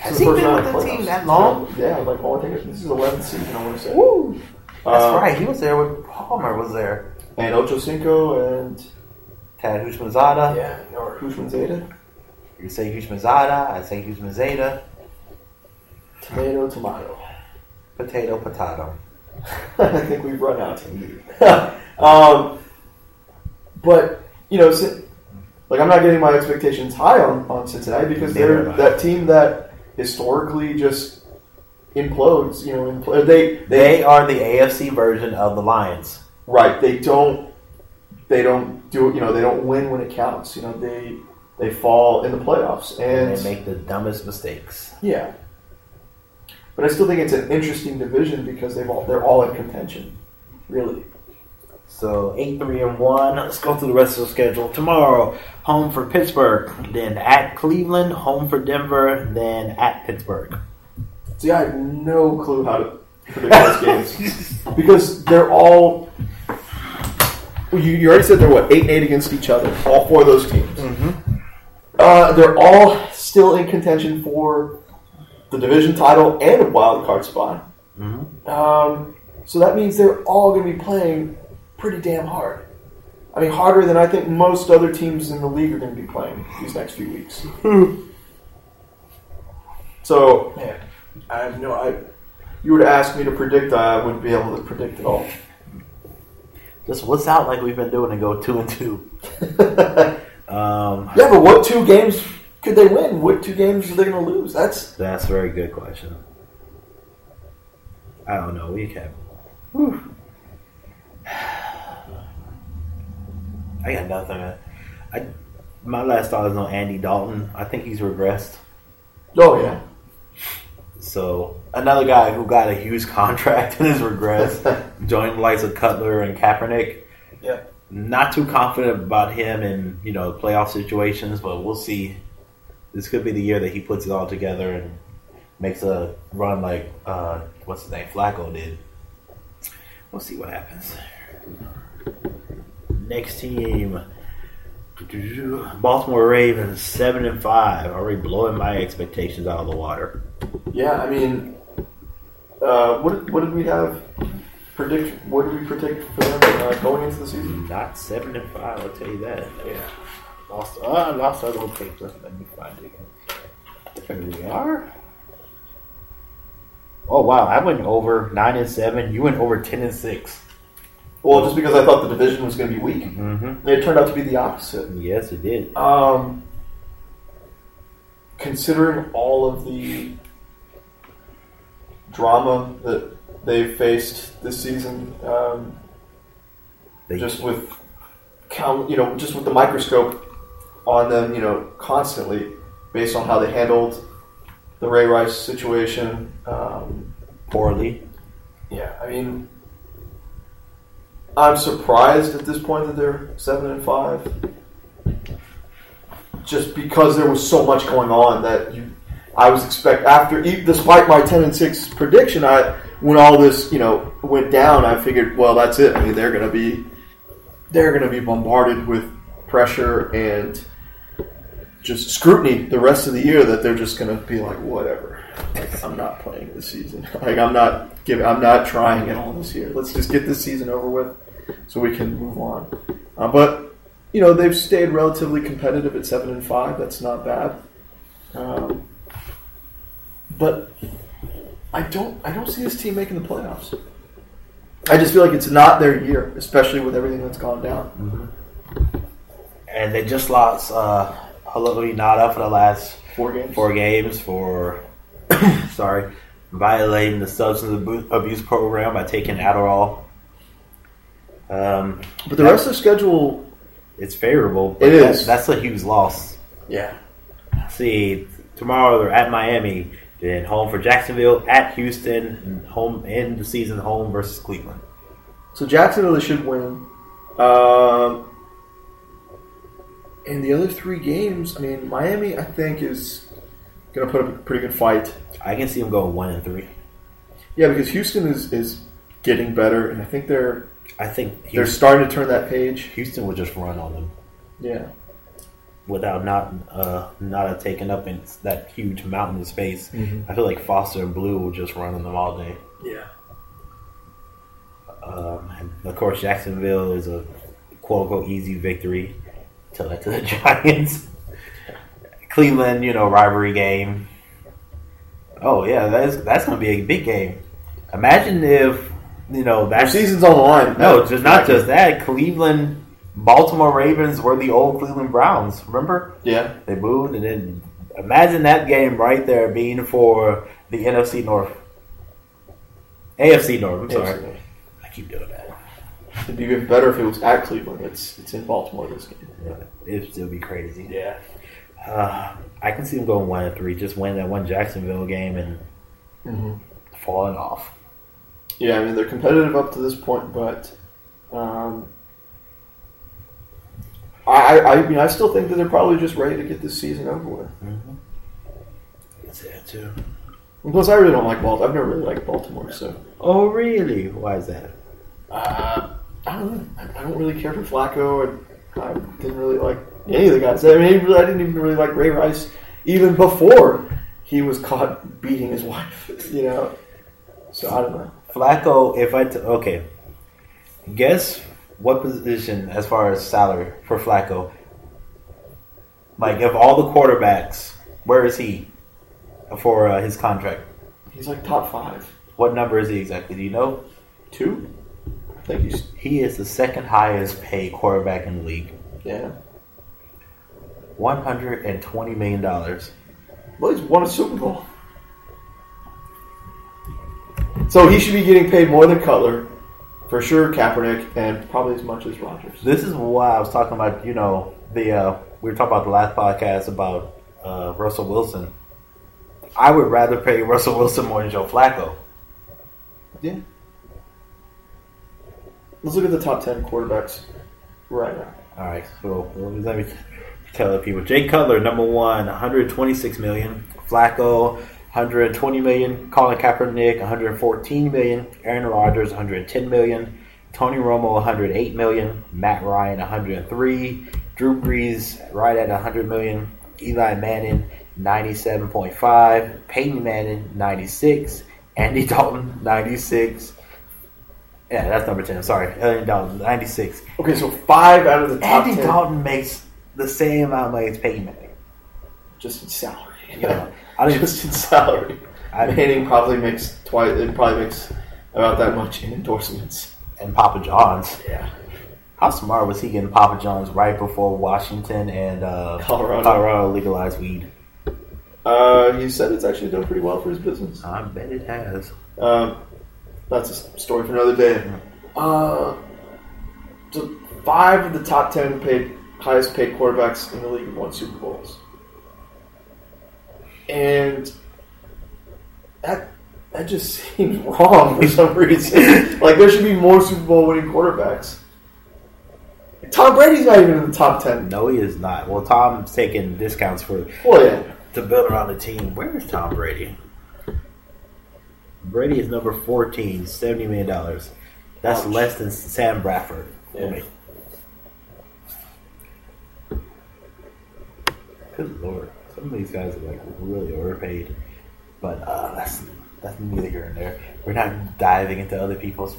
Speaker 2: Has
Speaker 1: to
Speaker 2: he
Speaker 1: first
Speaker 2: been
Speaker 1: round
Speaker 2: with
Speaker 1: of
Speaker 2: the team
Speaker 1: playoffs."
Speaker 2: that long?
Speaker 1: Yeah, like oh, I think this is eleventh season. I want to say.
Speaker 2: Woo! That's
Speaker 1: Uh,
Speaker 2: right. He was there when Palmer was there.
Speaker 1: And Ocho Cinco and
Speaker 2: Tad Hushmanzada.
Speaker 1: yeah, or Hushman Zeta,
Speaker 2: You say Hushmanzada. I say Hushmanzada.
Speaker 1: tomato, tomato.
Speaker 2: Potato, potato.
Speaker 1: I think we've run out. um, but you know, Cin- like I'm not getting my expectations high on, on Cincinnati because
Speaker 2: Neither
Speaker 1: they're
Speaker 2: am I.
Speaker 1: that team that historically just implodes. You know, impl- they they
Speaker 2: They are the AFC version of the Lions.
Speaker 1: right. They don't they don't do it. You know, they don't win when it counts. You know, they they fall in the playoffs and,
Speaker 2: And they make the dumbest mistakes.
Speaker 1: yeah. But I still think it's an interesting division because they've all they're all in contention, really.
Speaker 2: So eight, three, and one. Let's go through the rest of the schedule. Tomorrow, home for Pittsburgh, then at Cleveland, home for Denver, then at Pittsburgh.
Speaker 1: See, I have no clue how to predict those games because they're all. Well, You, you already said they're what eight and eight against each other. All four of those teams. Uh, they're all still in contention for the division title and a wild card spot.
Speaker 2: Mhm.
Speaker 1: Um, so that means they're all going to be playing pretty damn hard. I mean, harder than I think most other teams in the league are going to be playing these next few weeks. so, man, I have no. I you were to ask me to predict, I wouldn't be able to predict at all.
Speaker 2: Just what's out like we've been doing and go two and two.
Speaker 1: yeah,
Speaker 2: Um,
Speaker 1: but what two games could they win? What two games are they going to lose? That's
Speaker 2: That's a very good question. I don't know. We can. I got nothing. Man. I my last thought is on Andy Dalton. I think he's regressed.
Speaker 1: oh yeah.
Speaker 2: So another guy who got a huge contract and has regressed, joined the likes of Cutler and Kaepernick.
Speaker 1: Yeah.
Speaker 2: Not too confident about him in you know playoff situations, but we'll see. This could be the year that he puts it all together and makes a run like uh, what's his name Flacco did. We'll see what happens. Next team, Baltimore Ravens, seven and five, already blowing my expectations out of the water.
Speaker 1: Yeah, I mean, uh, what what did we have predict? What did we predict for them uh, going into the season?
Speaker 2: Not seven and five, I'll tell you that.
Speaker 1: Yeah.
Speaker 2: Lost, uh, I lost our little paper. Let me find it again. There we are. Oh wow, I went over nine and seven. You went over ten and six.
Speaker 1: Well, just because I thought the division was going to be weak,
Speaker 2: Mm-hmm.
Speaker 1: it turned out to be the opposite.
Speaker 2: Yes, it did.
Speaker 1: Um, considering all of the drama that they faced this season, um,
Speaker 2: They
Speaker 1: just with count, you know, just with the microscope on them, you know, constantly based on how they handled the Ray Rice situation. Um,
Speaker 2: poorly.
Speaker 1: yeah, I mean, I'm surprised at this point that they're seven and five, just because there was so much going on that you, I was expect after, e- despite my ten and six prediction, I when all this you know went down, I figured, well, that's it. I mean, they're going to be they're going to be bombarded with pressure and just scrutiny the rest of the year that they're just going to be like whatever Like, i'm not playing this season like i'm not giving i'm not trying at all this year let's just get this season over with so we can move on uh, but you know they've stayed relatively competitive at seven and five that's not bad um, but I don't I don't see this team making the playoffs. I just feel like it's not their year, especially with everything that's gone down.
Speaker 2: And they just lost uh, Haloi Nada for the last
Speaker 1: Four games.
Speaker 2: four games for sorry violating the substance abu- abuse program by taking Adderall. Um,
Speaker 1: But the rest of the schedule,
Speaker 2: it's favorable. But
Speaker 1: It
Speaker 2: that-
Speaker 1: is.
Speaker 2: That's a huge loss.
Speaker 1: yeah,
Speaker 2: See, tomorrow they're at Miami, then home for Jacksonville, at Houston, and home end the season home versus Cleveland.
Speaker 1: So Jacksonville they should win. Um, and the other three games, I mean, Miami, I think is going to put up a pretty good fight.
Speaker 2: I can see them going one and three.
Speaker 1: Yeah, because Houston is is getting better, and I think they're
Speaker 2: I think
Speaker 1: they're
Speaker 2: Houston,
Speaker 1: starting to turn that page.
Speaker 2: Houston will just run on them
Speaker 1: Yeah,
Speaker 2: without not uh, not taking up in that huge mountain of space. I feel like Foster and Blue will just run on them all day.
Speaker 1: yeah.
Speaker 2: Um, and of course, Jacksonville is a quote unquote easy victory to, to the Giants. Cleveland, you know, rivalry game. Oh yeah, that's that's gonna be a big game. Imagine if you know
Speaker 1: Their
Speaker 2: that
Speaker 1: season's on the line.
Speaker 2: No, just not just that. Cleveland, Baltimore Ravens were the old Cleveland Browns. Remember
Speaker 1: Yeah,
Speaker 2: they moved, and then imagine that game right there being for the NFC North, AFC North. I'm sorry,
Speaker 1: Absolutely.
Speaker 2: I keep doing that.
Speaker 1: it'd be even better if it was at Cleveland. It's it's in Baltimore this game.
Speaker 2: It'd still be crazy.
Speaker 1: Yeah,
Speaker 2: Uh, I can see them going one and three, just win that one Jacksonville game and
Speaker 1: hmm
Speaker 2: falling off.
Speaker 1: yeah. I mean, they're competitive up to this point, but um, I, I I mean, I still think that they're probably just ready to get this season over with.
Speaker 2: That's it too.
Speaker 1: And plus, I really don't like Baltimore. I've never really liked Baltimore, so
Speaker 2: Oh really? Why is that?
Speaker 1: uh, I don't know. I I don't really care for Flacco, and I didn't really like any of the guys. I mean, I didn't even really like Ray Rice even before he was caught beating his wife. You know, so I don't know.
Speaker 2: Flacco. If I t- okay, guess what position as far as salary for Flacco? Like of all the quarterbacks, where is he for uh, his contract?
Speaker 1: He's like top five,
Speaker 2: What number is he exactly? Do you know?
Speaker 1: two. I think he's
Speaker 2: He is the second highest paid quarterback in the league.
Speaker 1: yeah.
Speaker 2: One hundred and twenty million dollars.
Speaker 1: Well, he's won a Super Bowl, so he should be getting paid more than Cutler, for sure. Kaepernick and probably as much as Rogers.
Speaker 2: This is why I was talking about, you know, the uh, we were talking about the last podcast about uh, Russell Wilson. I would rather pay Russell Wilson more than Joe Flacco.
Speaker 1: Yeah. Let's look at the top ten quarterbacks right now.
Speaker 2: All right, so let me tell the people: Jay Cutler, number one, 126 million. Flacco, 120 million. Colin Kaepernick, 114 million. Aaron Rodgers, 110 million. Tony Romo, 108 million. Matt Ryan, 103. Drew Brees, right at 100 million. Eli Manning, 97.5. Peyton Manning, 96. Andy Dalton, 96. Yeah, that's number 10. Sorry, Andy Dalton, 96.
Speaker 1: Okay, so five out of the top
Speaker 2: Andy
Speaker 1: ten
Speaker 2: Dalton makes the same amount of money as Peyton Manning.
Speaker 1: just in salary.
Speaker 2: Yeah. I don't even-
Speaker 1: just in salary.
Speaker 2: I-
Speaker 1: Manning probably makes twice. It probably makes about that much in endorsements.
Speaker 2: and Papa John's.
Speaker 1: Yeah.
Speaker 2: How smart was he getting Papa John's right before Washington and uh,
Speaker 1: Colorado.
Speaker 2: legalized weed?
Speaker 1: Uh, he said it's actually done pretty well for his business.
Speaker 2: I bet it has.
Speaker 1: Um, that's a s- story for another day. Uh, so five of the top ten paid, highest paid quarterbacks in the league have won Super Bowls, and that that just seems wrong for some reason. like there should be more Super Bowl winning quarterbacks. Tom Brady's not even in the top ten.
Speaker 2: No, he is not. Well, Tom's taking discounts for
Speaker 1: Well, yeah,
Speaker 2: to build around the team. Where is Tom Brady? Brady is number 14, $70 million. That's
Speaker 1: Ouch.
Speaker 2: less than Sam Bradford.
Speaker 1: Yeah.
Speaker 2: Okay. Good lord. Some of these guys are like really overpaid. But uh, that's that's neither here nor there. We're not diving into other people's.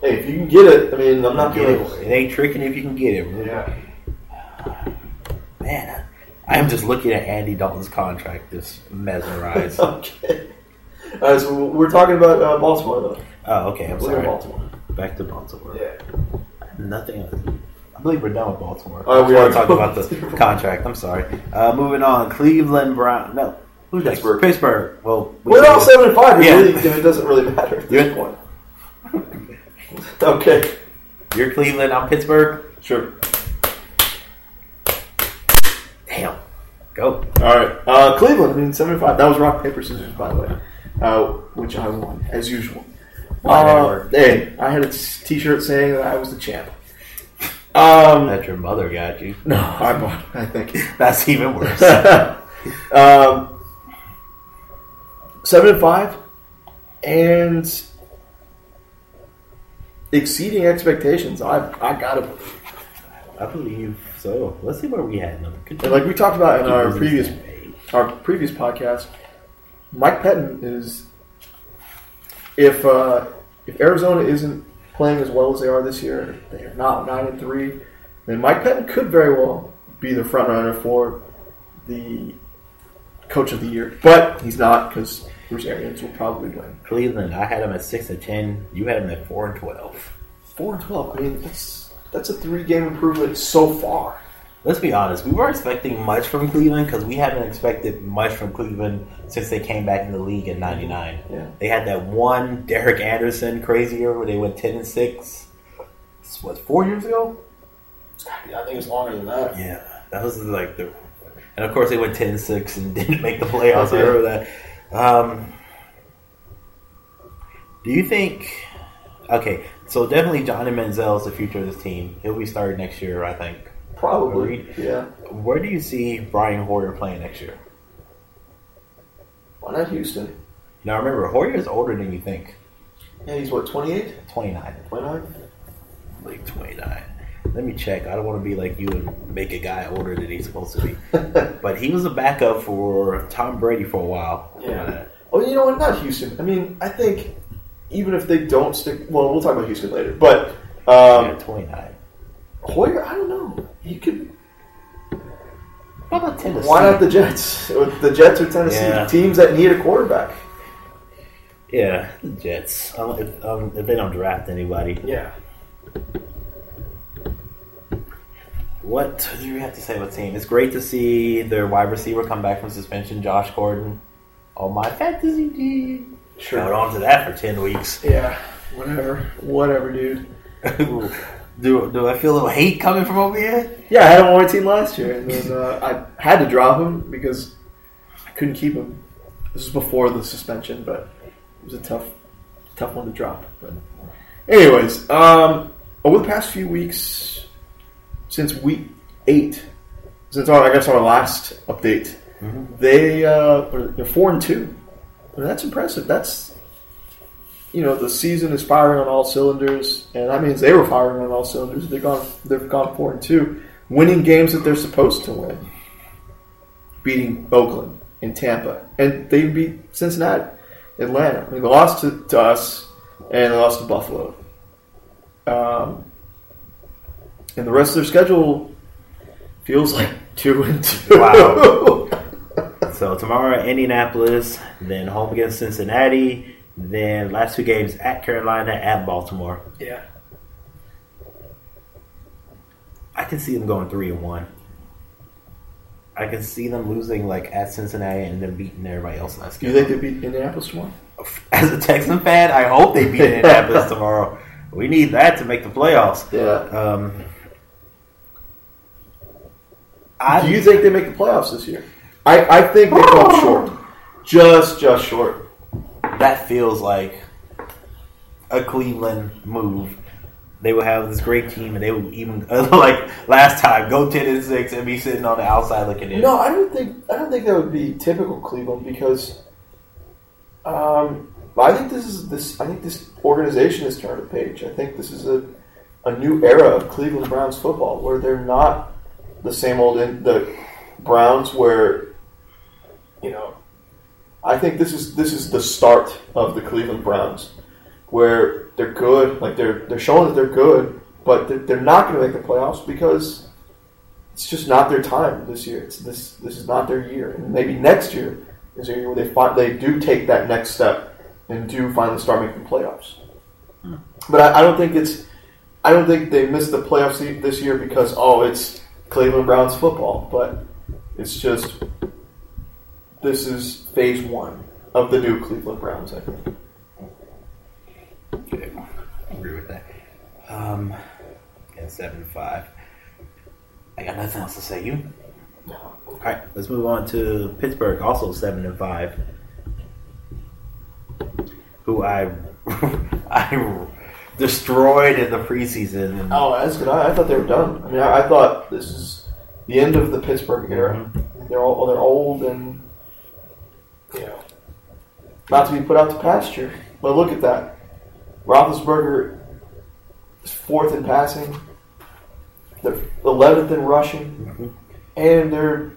Speaker 1: hey, if you can get it, I mean, I'm not
Speaker 2: Get
Speaker 1: gonna.
Speaker 2: it. it ain't tricking if you can get it.
Speaker 1: Yeah,
Speaker 2: Man, I am just looking at Andy Dalton's contract, just mesmerized. oh,
Speaker 1: okay. All right, so we're talking about uh, Baltimore, though.
Speaker 2: Oh, okay.
Speaker 1: we're
Speaker 2: I'm
Speaker 1: in
Speaker 2: sorry.
Speaker 1: Baltimore.
Speaker 2: Back to Baltimore.
Speaker 1: Yeah.
Speaker 2: Nothing. else. I believe we're done with Baltimore.
Speaker 1: Oh, we
Speaker 2: We're
Speaker 1: are.
Speaker 2: talking about the contract. I'm sorry. Uh, moving on. Cleveland Brown. No. Who's next?
Speaker 1: Pittsburgh.
Speaker 2: Pittsburgh. Well, we
Speaker 1: We're
Speaker 2: can
Speaker 1: all
Speaker 2: go-
Speaker 1: seven and five. It,
Speaker 2: Yeah.
Speaker 1: really, it doesn't really matter at
Speaker 2: You're-
Speaker 1: this point. okay.
Speaker 2: You're Cleveland. I'm Pittsburgh.
Speaker 1: Sure.
Speaker 2: Damn. Go.
Speaker 1: All right. Uh, Cleveland. I mean, seven and five. That was rock paper scissors, by the way, uh, which I won as usual.
Speaker 2: Why that
Speaker 1: Uh,
Speaker 2: work?
Speaker 1: hey, I had a T-shirt saying that I was the champ. Um,
Speaker 2: That your mother got you.
Speaker 1: no, I bought. it, I think.
Speaker 2: That's even worse.
Speaker 1: um, seven and five, and exceeding expectations. I I got it.
Speaker 2: I believe so. Let's see where we had them. Good
Speaker 1: And like we talked about in our previous our previous podcast, Mike Pettin is if uh, if Arizona isn't playing as well as they are this year, they are not nine and three, then Mike Pettin could very well be the front runner for the coach of the year. But he's not because Bruce Arians will probably win.
Speaker 2: Cleveland, I had them at six and ten. You had them at four and twelve.
Speaker 1: Four and twelve. I mean, that's that's a three game improvement so far.
Speaker 2: Let's be honest. We weren't expecting much from Cleveland because we haven't expected much from Cleveland since they came back in the league in '99.
Speaker 1: Yeah.
Speaker 2: They had that one Derek Anderson crazy year where they went ten and six. This was four years ago.
Speaker 1: I think it's longer than that.
Speaker 2: Yeah, that was like the, and of course they went 10-6 and didn't make the playoffs. I
Speaker 1: Yeah.
Speaker 2: remember that. Um, do you think? Okay, so definitely Johnny Manziel is the future of this team. He'll be starting next year, I think.
Speaker 1: Probably.
Speaker 2: Agreed.
Speaker 1: Yeah.
Speaker 2: Where do you see Brian Hoyer playing next year?
Speaker 1: Why not Houston?
Speaker 2: Now remember, Hoyer is older than you think.
Speaker 1: Yeah, he's what 28?
Speaker 2: Twenty nine,
Speaker 1: 29?
Speaker 2: like twenty nine. Let me check. I don't want to be like you and make a guy older than he's supposed to be. but he was a backup for Tom Brady for a while.
Speaker 1: Yeah. Oh, you know what? Not Houston. I mean, I think even if they don't stick, well, we'll talk about Houston later. But
Speaker 2: Uh, yeah,
Speaker 1: um,
Speaker 2: twenty nine.
Speaker 1: Hoyer, I don't know. He could.
Speaker 2: How about Tennessee?
Speaker 1: Why not the Jets? Or The Jets or Tennessee
Speaker 2: Yeah.
Speaker 1: teams that need a quarterback.
Speaker 2: yeah, the Jets. Um, if, um, if they don't draft anybody,
Speaker 1: Yeah.
Speaker 2: what do you have to say about the team? It's great to see their wide receiver come back from suspension, Josh Gordon. On my fantasy team,
Speaker 1: Sure.
Speaker 2: Held on to that for ten weeks.
Speaker 1: Yeah. Whatever. Whatever, dude.
Speaker 2: do do I feel a little hate coming from over here?
Speaker 1: Yeah, I had him on my team last year, and then uh, I had to drop him because I couldn't keep him. This was before the suspension, but it was a tough, tough one to drop. But, anyways, um, over the past few weeks, since week eight, since our I guess our last update, they uh, were- they're four and two. And that's impressive. That's you know the season is firing on all cylinders, and that means they were firing on all cylinders. They've gone they've gone four and two, winning games that they're supposed to win, beating Oakland and Tampa, and they beat Cincinnati, Atlanta. I mean, they lost to, to us and they lost to Buffalo. Um, and the rest of their schedule feels like two and two.
Speaker 2: Wow. So tomorrow, Indianapolis, then home against Cincinnati, then last two games at Carolina, at Baltimore.
Speaker 1: yeah.
Speaker 2: I can see them going three and one. I can see them losing like at Cincinnati and then beating everybody else last
Speaker 1: Do you
Speaker 2: game.
Speaker 1: think they beat Indianapolis tomorrow?
Speaker 2: As a Texan fan, I hope they beat Indianapolis tomorrow. We need that to make the playoffs.
Speaker 1: Yeah.
Speaker 2: Um, I
Speaker 1: Do you think they make the playoffs this year? I, I think they fall short. Just, just short.
Speaker 2: that feels like a Cleveland move. They will have this great team, and they will even like last time go ten and six and be sitting on the outside looking in.
Speaker 1: No, I don't think I don't think that would be typical Cleveland because um, I think this is this I think this organization has turned a page. I think this is a, a new era of Cleveland Browns football where they're not the same old in, the Browns where you know I think this is this is the start of the Cleveland Browns where they're good, like they're they're showing that they're good, but they're, they're not going to make the playoffs because it's just not their time this year. It's this this is not their year, and maybe next year is a year where they find, they do take that next step and do finally start making playoffs. But I, I don't think it's I don't think they missed the playoffs e- this year because oh it's Cleveland Browns football, but it's just this is phase one of the new Cleveland Browns. I think.
Speaker 2: Yeah, I agree with that. Um, yeah, seven five. I got nothing else to say. You. All right, let's move on to Pittsburgh, also seven and five. Who I I destroyed in the preseason. And
Speaker 1: Oh, as good. I, I thought they were done. I mean, I, I thought this is the end of the Pittsburgh era. They're all they're old and you know not to be put out to pasture. But look at that. Roethlisberger is fourth in passing. They're eleventh in rushing, and they're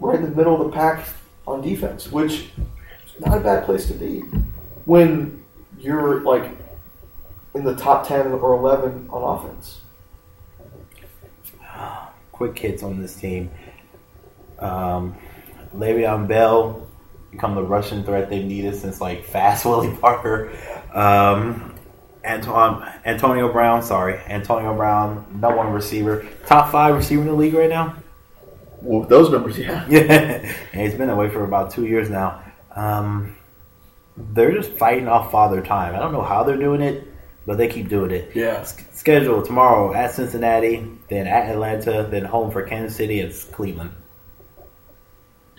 Speaker 1: right in the middle of the pack on defense, which is not a bad place to be when you're like in the top ten or eleven on offense.
Speaker 2: quick hits on this team. Um, Le'Veon Bell become the Russian threat they needed since like fast Willie Parker. Um, Antoine, Antonio Brown, sorry, Antonio Brown, number one receiver, top five receiver in the league right now.
Speaker 1: Well, with those numbers, yeah.
Speaker 2: Yeah, and he's been away for about two years now. Um, they're just fighting off father time. I don't know how they're doing it, but they keep doing it.
Speaker 1: Yeah.
Speaker 2: S- schedule tomorrow at Cincinnati, then at Atlanta, then home for Kansas City and Cleveland.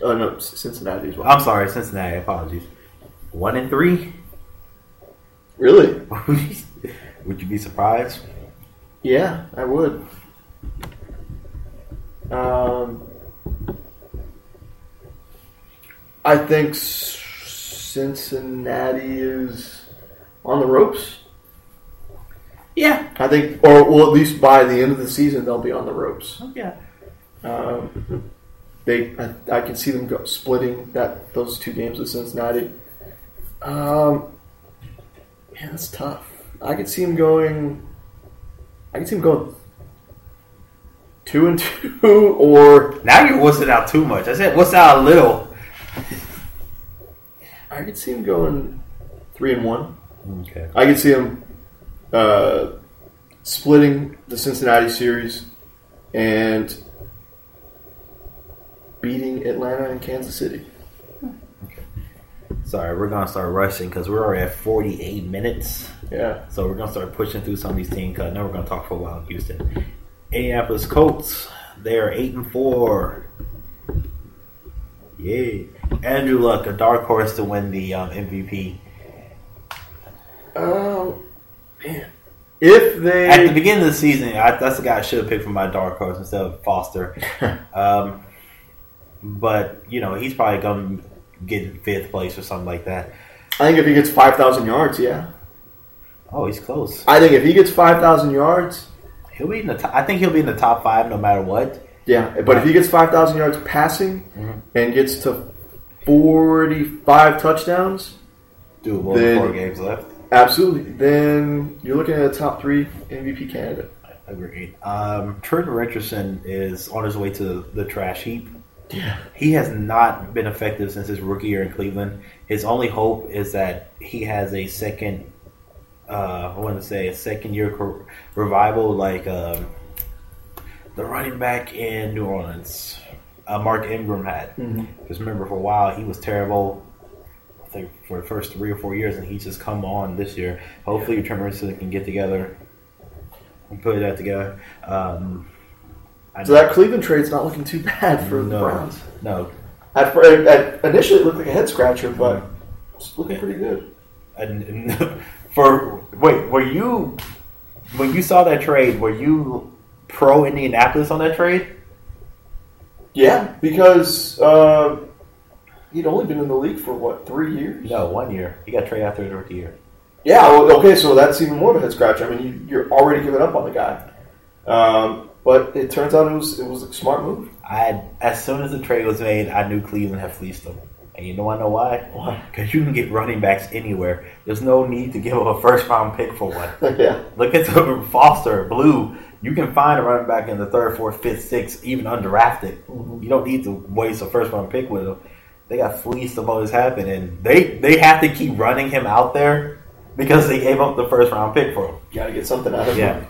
Speaker 1: Oh, no, C- Cincinnati as well.
Speaker 2: I'm sorry, Cincinnati. Apologies. One and three.
Speaker 1: Really?
Speaker 2: Would you be surprised?
Speaker 1: Yeah, I would. Um, I think S- Cincinnati is on the ropes.
Speaker 2: Yeah.
Speaker 1: I think, or well, at least by the end of the season, they'll be on the ropes.
Speaker 2: Yeah.
Speaker 1: Um, they, I, I can see them go, splitting that those two games with Cincinnati. Um, man, that's tough. I could see them going. I could see them going two and two, or
Speaker 2: Now you're wussing out too much. I said wuss out a little.
Speaker 1: I could see them going three and one.
Speaker 2: Okay.
Speaker 1: I could see them uh, splitting the Cincinnati series and beating Atlanta and Kansas City.
Speaker 2: Sorry, we're gonna start rushing because we're already at 48 minutes.
Speaker 1: Yeah.
Speaker 2: So we're gonna start pushing through some of these teams. Cause I know we're gonna talk for a while. in Houston, Indianapolis Colts. They are eight and four. Yeah. Andrew Luck, a dark horse to win the um, MVP.
Speaker 1: Oh man! If they
Speaker 2: At the beginning of the season, I, that's the guy I should have picked for my dark horse instead of Foster. Um, but you know, he's probably gonna get fifth place or something like that.
Speaker 1: I think if he gets five thousand yards, yeah,
Speaker 2: Oh, he's close.
Speaker 1: I think if he gets five thousand yards,
Speaker 2: He'll be in the. Top, I think he'll be in the top five no matter what.
Speaker 1: yeah. But if he gets five thousand yards passing
Speaker 2: Mm-hmm.
Speaker 1: and gets to forty-five touchdowns,
Speaker 2: Doable.
Speaker 1: Then-
Speaker 2: with four games left.
Speaker 1: absolutely, then you're looking at a top three MVP candidate.
Speaker 2: Agreed. Um, Trent Richardson is on his way to the trash heap.
Speaker 1: Yeah.
Speaker 2: He has not been effective since his rookie year in Cleveland. His only hope is that he has a second, uh, I want to say, a second year cor- revival like um, the running back in New Orleans, uh, Mark Ingram had.
Speaker 1: Mhm.
Speaker 2: Because remember, for a while he was terrible. I think for the first three or four years, and he's just come on this year. Hopefully, Trent Richardson can get together and put that together. Um, I
Speaker 1: So that Cleveland trade's not looking too bad for the
Speaker 2: no,
Speaker 1: Browns.
Speaker 2: No,
Speaker 1: At, fir- at initially, it looked like a head scratcher, but it's looking pretty good.
Speaker 2: And- and for wait, were you when you saw that trade? Were you pro Indianapolis on that trade?
Speaker 1: Yeah, because uh, he'd only been in the league for what three years.
Speaker 2: No, one year. He got traded after his rookie year.
Speaker 1: Yeah, well, okay, so that's even more of a head scratch. I mean, you, you're already giving up on the guy. Um, but it turns out it was it was a smart move.
Speaker 2: I as soon as the trade was made, I knew Cleveland had fleeced him. And you know I know why? Why? Because you can get running backs anywhere. There's no need to give up a first round pick for one.
Speaker 1: yeah,
Speaker 2: Look at the Foster, Blue. You can find a running back in the third, fourth, fifth, sixth, even undrafted. You don't need to waste a first round pick with him. They got fleeced about this happened, and they they have to keep running him out there because they gave up the first round pick for him.
Speaker 1: gotta get something out of
Speaker 2: Yeah.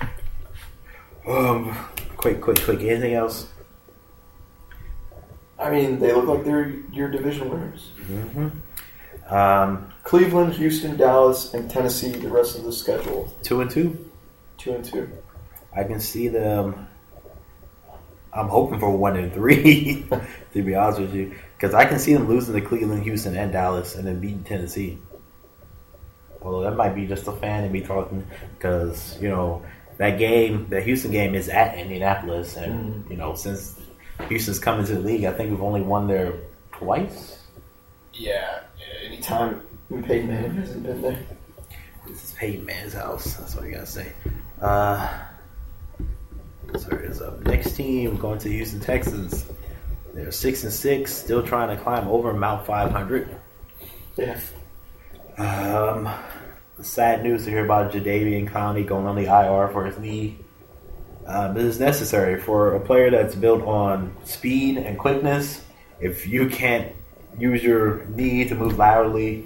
Speaker 1: it.
Speaker 2: Um, quick, quick, quick. Anything else?
Speaker 1: I mean, they look like they're your division winners.
Speaker 2: hmm Um,
Speaker 1: Cleveland, Houston, Dallas, and Tennessee. The rest of the schedule,
Speaker 2: two and two.
Speaker 1: two and two.
Speaker 2: I can see them. I'm hoping for one and three, to be honest with you, because I can see them losing to Cleveland, Houston, and Dallas, and then beating Tennessee. Although that might be just a fan in me talking, because you know that game, that Houston game, is at Indianapolis, and you know since Houston's coming to the league, I think we've only won there twice.
Speaker 1: Yeah, anytime Peyton Manning hasn't been there.
Speaker 2: This is Peyton Man's house. That's what I gotta say. Uh, so it's up next team going to Houston Texans. They're six and six, still trying to climb over Mount 500.
Speaker 1: Yeah,
Speaker 2: Um, sad news to hear about Jadavian Clowney going on the IR for his knee. Um, this is necessary for a player that's built on speed and quickness. If you can't use your knee to move laterally,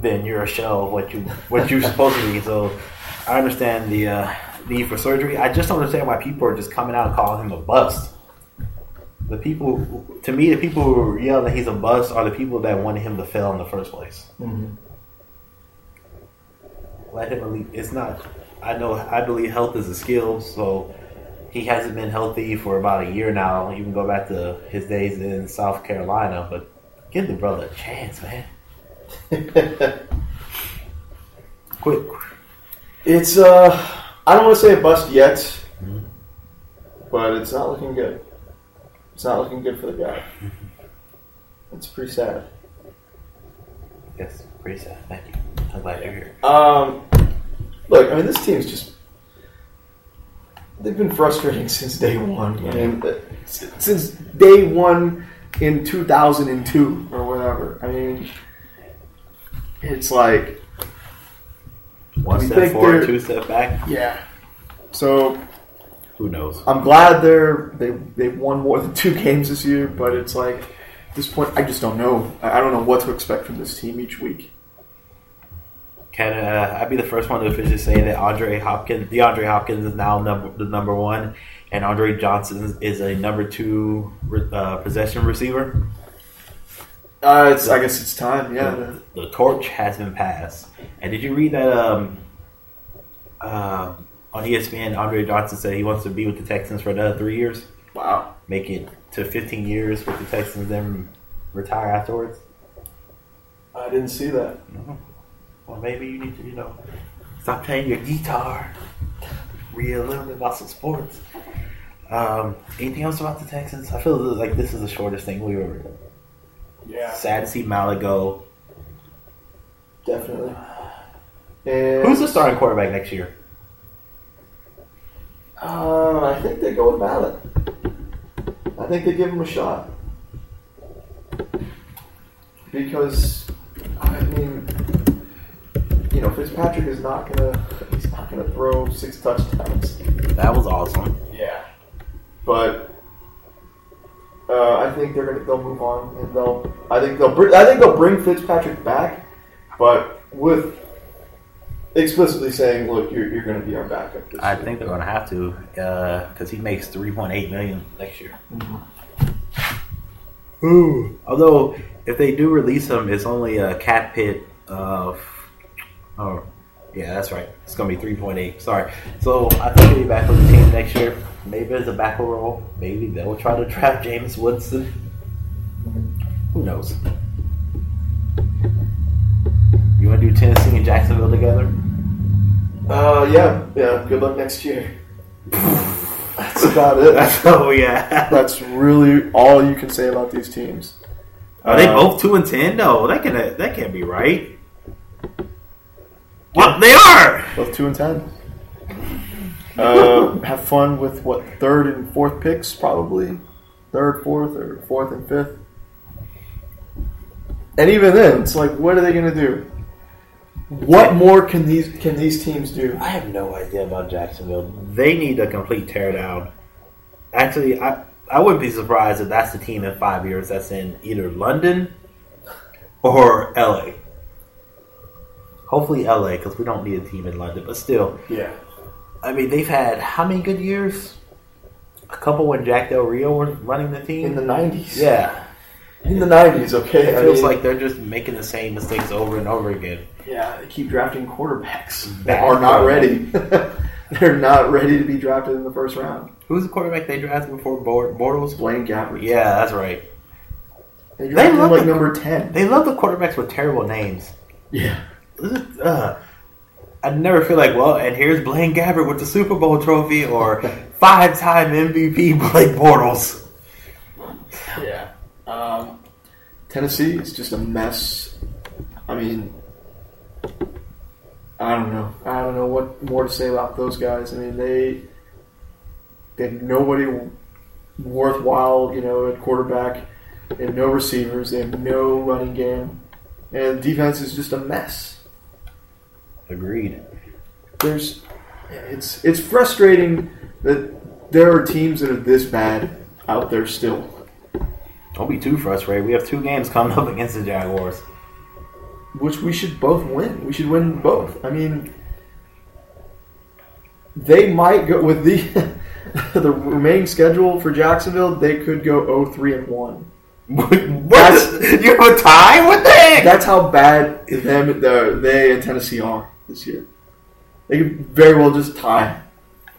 Speaker 2: then you're a shell of what you what you're supposed to be. So I understand the uh, need for surgery. I just don't understand why people are just coming out and calling him a bust. The people, to me, the people who are yelling that he's a bust are the people that wanted him to fail in the first place
Speaker 1: Mm-hmm.
Speaker 2: let him elite. It's not. I know. I believe health is a skill. So he hasn't been healthy for about a year now. You can go back to his days in South Carolina, but give the brother a chance, man. Quick.
Speaker 1: it's uh, I don't want to say a bust yet, but it's not looking good. It's not looking good for the guy. It's pretty sad.
Speaker 2: Yes, pretty sad. Thank you. I'm glad you're here.
Speaker 1: Um, look, I mean, this team's just. They've been frustrating since day one. And uh, s- since day one in 2002 or whatever. I mean, it's like,
Speaker 2: One
Speaker 1: You
Speaker 2: step
Speaker 1: think
Speaker 2: forward,
Speaker 1: they're-
Speaker 2: two step back.
Speaker 1: yeah. So
Speaker 2: Who knows?
Speaker 1: I'm glad they're they they won more than two games this year, but it's like at this point I just don't know. I I don't know what to expect from this team each week.
Speaker 2: Can uh, I be the first one to officially say that Andre Hopkins, DeAndre Hopkins, is now number the number one, and Andre Johnson is a number two re- uh, possession receiver?
Speaker 1: Uh, it's I guess it's time. Yeah.
Speaker 2: the, the torch has been passed. And did you read that um, uh, on ESPN? Andre Johnson said he wants to be with the Texans for another three years,
Speaker 1: Wow.
Speaker 2: make it to 15 years with the Texans, then retire afterwards.
Speaker 1: I didn't see that.
Speaker 2: Well, maybe you need to, you know, stop playing your guitar, read a little bit about some sports. Um, anything else about the Texans? I feel like this is the shortest thing we were. Sad to see Malik go.
Speaker 1: Definitely. And
Speaker 2: Who's the starting quarterback next year?
Speaker 1: Um, I think they go with Mallet. I think they give him a shot because I mean, you know, Fitzpatrick is not gonna he's not gonna throw six touchdowns.
Speaker 2: That was awesome.
Speaker 1: Yeah, but uh, I think they're gonna they'll move on and they'll I think they'll br- I think they'll bring Fitzpatrick back, but with explicitly saying, look, you're, you're gonna be our backup. This
Speaker 2: I
Speaker 1: year.
Speaker 2: think they're going to have to because he makes three point eight million next year. Although, if they do release him, it's only a cap hit of. Oh, yeah, that's right. It's going to be three point eight. Sorry. So I think he'll be back with the team next year. Maybe it's a backroll role. Maybe they'll try to draft James Woodson. Who knows? You want to do Tennessee and Jacksonville together?
Speaker 1: Uh, yeah, yeah. Good luck next year. That's about it.
Speaker 2: Oh yeah.
Speaker 1: That's really all you can say about these teams.
Speaker 2: Are they
Speaker 1: Uh,
Speaker 2: both two and ten? No, that can that can't be right. Well, they are.
Speaker 1: Both two and ten. Uh, have fun with what third and fourth picks, probably third, fourth, or fourth and fifth. And even then, it's like, what are they going to do? What more can these can these teams do?
Speaker 2: I have no idea about Jacksonville. They need a complete teardown. Actually, I I wouldn't be surprised if that's the team in five years that's in either London or LA. Hopefully LA because we don't need a team in London. But still,
Speaker 1: Yeah,
Speaker 2: I mean, they've had how many good years? A couple when Jack Del Rio was running the team.
Speaker 1: in the nineties.
Speaker 2: yeah,
Speaker 1: in the nineties. Okay,
Speaker 2: it
Speaker 1: I
Speaker 2: feels
Speaker 1: mean,
Speaker 2: like they're just making the same mistakes over and over again.
Speaker 1: yeah, they keep drafting quarterbacks that
Speaker 2: Bad
Speaker 1: are not ready. They're not ready to be drafted in the first round.
Speaker 2: Who's the quarterback they drafted before Bor- Bortles?
Speaker 1: Blaine Gabbert.
Speaker 2: Yeah, that's right.
Speaker 1: they drafted him
Speaker 2: love
Speaker 1: like
Speaker 2: the-
Speaker 1: number ten.
Speaker 2: They love the quarterbacks with terrible names.
Speaker 1: Yeah,
Speaker 2: Ugh. I never feel like, well, and here's Blaine Gabbert with the Super Bowl trophy or five-time MVP Blake Bortles.
Speaker 1: yeah. Um, Tennessee is just a mess. I mean, I don't know. I don't know what more to say about those guys. I mean, they they have nobody worthwhile, you know, at quarterback. They have no receivers. They have no running game, and defense is just a mess.
Speaker 2: Agreed.
Speaker 1: There's it's it's frustrating that there are teams that are this bad out there still.
Speaker 2: Don't be too frustrated. We have two games coming up against the Jaguars.
Speaker 1: which we should both win. We should win both. I mean, they might go with the the remaining schedule for Jacksonville. They could go 3 and one.
Speaker 2: what?
Speaker 1: That's-
Speaker 2: you have a tie? What the heck?
Speaker 1: That's how bad them the, they and Tennessee are this year. They could very well just tie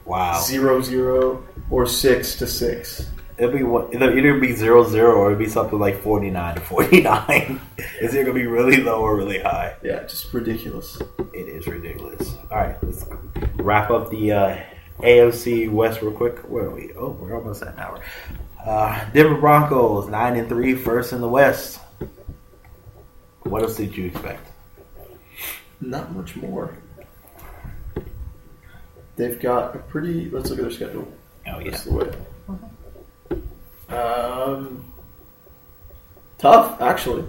Speaker 2: wow.
Speaker 1: zero zero or six to six.
Speaker 2: It'll be one, it'll either be zero zero or it'll be something like forty nine to forty nine. It's either gonna be really low or really high.
Speaker 1: Yeah, just ridiculous.
Speaker 2: It is ridiculous. All right, let's wrap up the uh, AFC West real quick. Where are we? Oh, we're almost at an hour. Uh, Denver Broncos nine and three, first in the West. What else did you expect?
Speaker 1: Not much more. They've got a pretty. Let's look at their schedule.
Speaker 2: Oh yeah,
Speaker 1: That's the way. Um, tough, actually.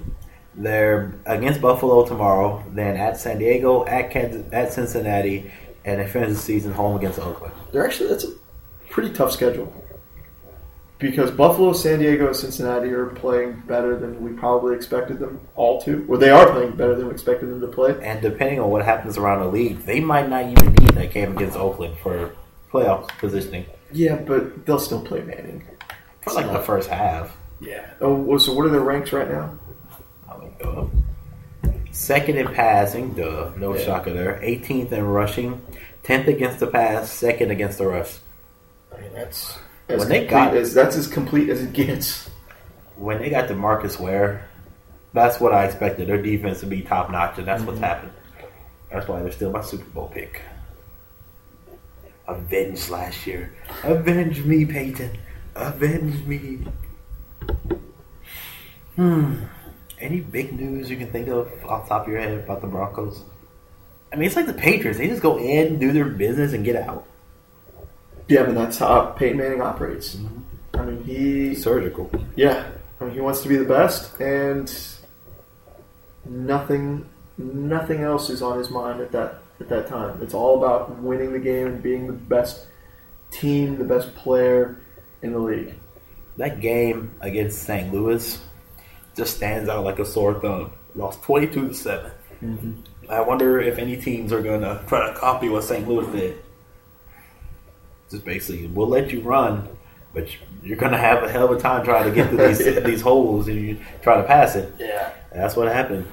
Speaker 2: they're against Buffalo tomorrow, then at San Diego, at Kansas, at Cincinnati, and they finish the season home against Oakland.
Speaker 1: They're actually that's a pretty tough schedule because Buffalo, San Diego, and Cincinnati are playing better than we probably expected them all to, or they are playing better than we expected them to play.
Speaker 2: And depending on what happens around the league, they might not even need that game against Oakland for playoff positioning
Speaker 1: Yeah, but they'll still play Manning.
Speaker 2: for like the first half.
Speaker 1: Yeah. Oh, well, so what are their ranks right now?
Speaker 2: I would go up. Second in passing, duh, no
Speaker 1: Yeah.
Speaker 2: shocker there. 18th in rushing, 10th against the pass, second against the rush.
Speaker 1: I mean, that's
Speaker 2: Well,
Speaker 1: as
Speaker 2: they
Speaker 1: complete
Speaker 2: got-
Speaker 1: as that's as complete as it gets.
Speaker 2: When they got Demarcus Ware, that's what I expected. Their defense to be top notch, and that's what's happened. That's why they're still my Super Bowl pick. Avenge last year. Avenge me, Peyton. Avenge me. Hmm. Any big news you can think of off the top of your head about the Broncos? I mean, it's like the Patriots. They just go in, do their business, and get out.
Speaker 1: Yeah, but that's how Peyton Manning operates. I mean, he
Speaker 2: Surgical.
Speaker 1: Yeah, I mean, he wants to be the best, and nothing, nothing else is on his mind at that at that time. It's all about winning the game and being the best team, the best player in the league.
Speaker 2: That game against St. Louis just stands out like a sore thumb. Lost 22 to 7. I wonder if any teams are going to try to copy what St. Louis did. Just basically, we'll let you run, but you're going to have a hell of a time trying to get through these,
Speaker 1: Yeah.
Speaker 2: these holes and you try to pass it.
Speaker 1: Yeah,
Speaker 2: And that's what happened.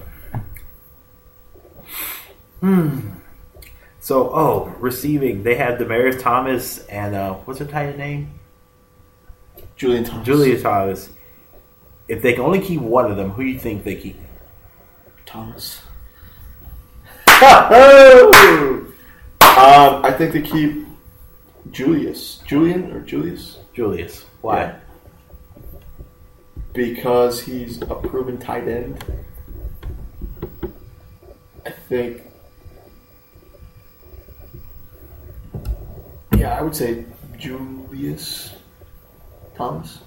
Speaker 2: Hmm. So, oh, receiving. They had Demarius Thomas and uh, what's her tight end name?
Speaker 1: Julian Thomas.
Speaker 2: Julius Thomas, if they can only keep one of them, who you think they keep?
Speaker 1: Thomas. um, I think they keep Julius, Julian or Julius,
Speaker 2: Julius. Why?
Speaker 1: Yeah. because he's a proven tight end. I think. Yeah, I would say Julius Thomas.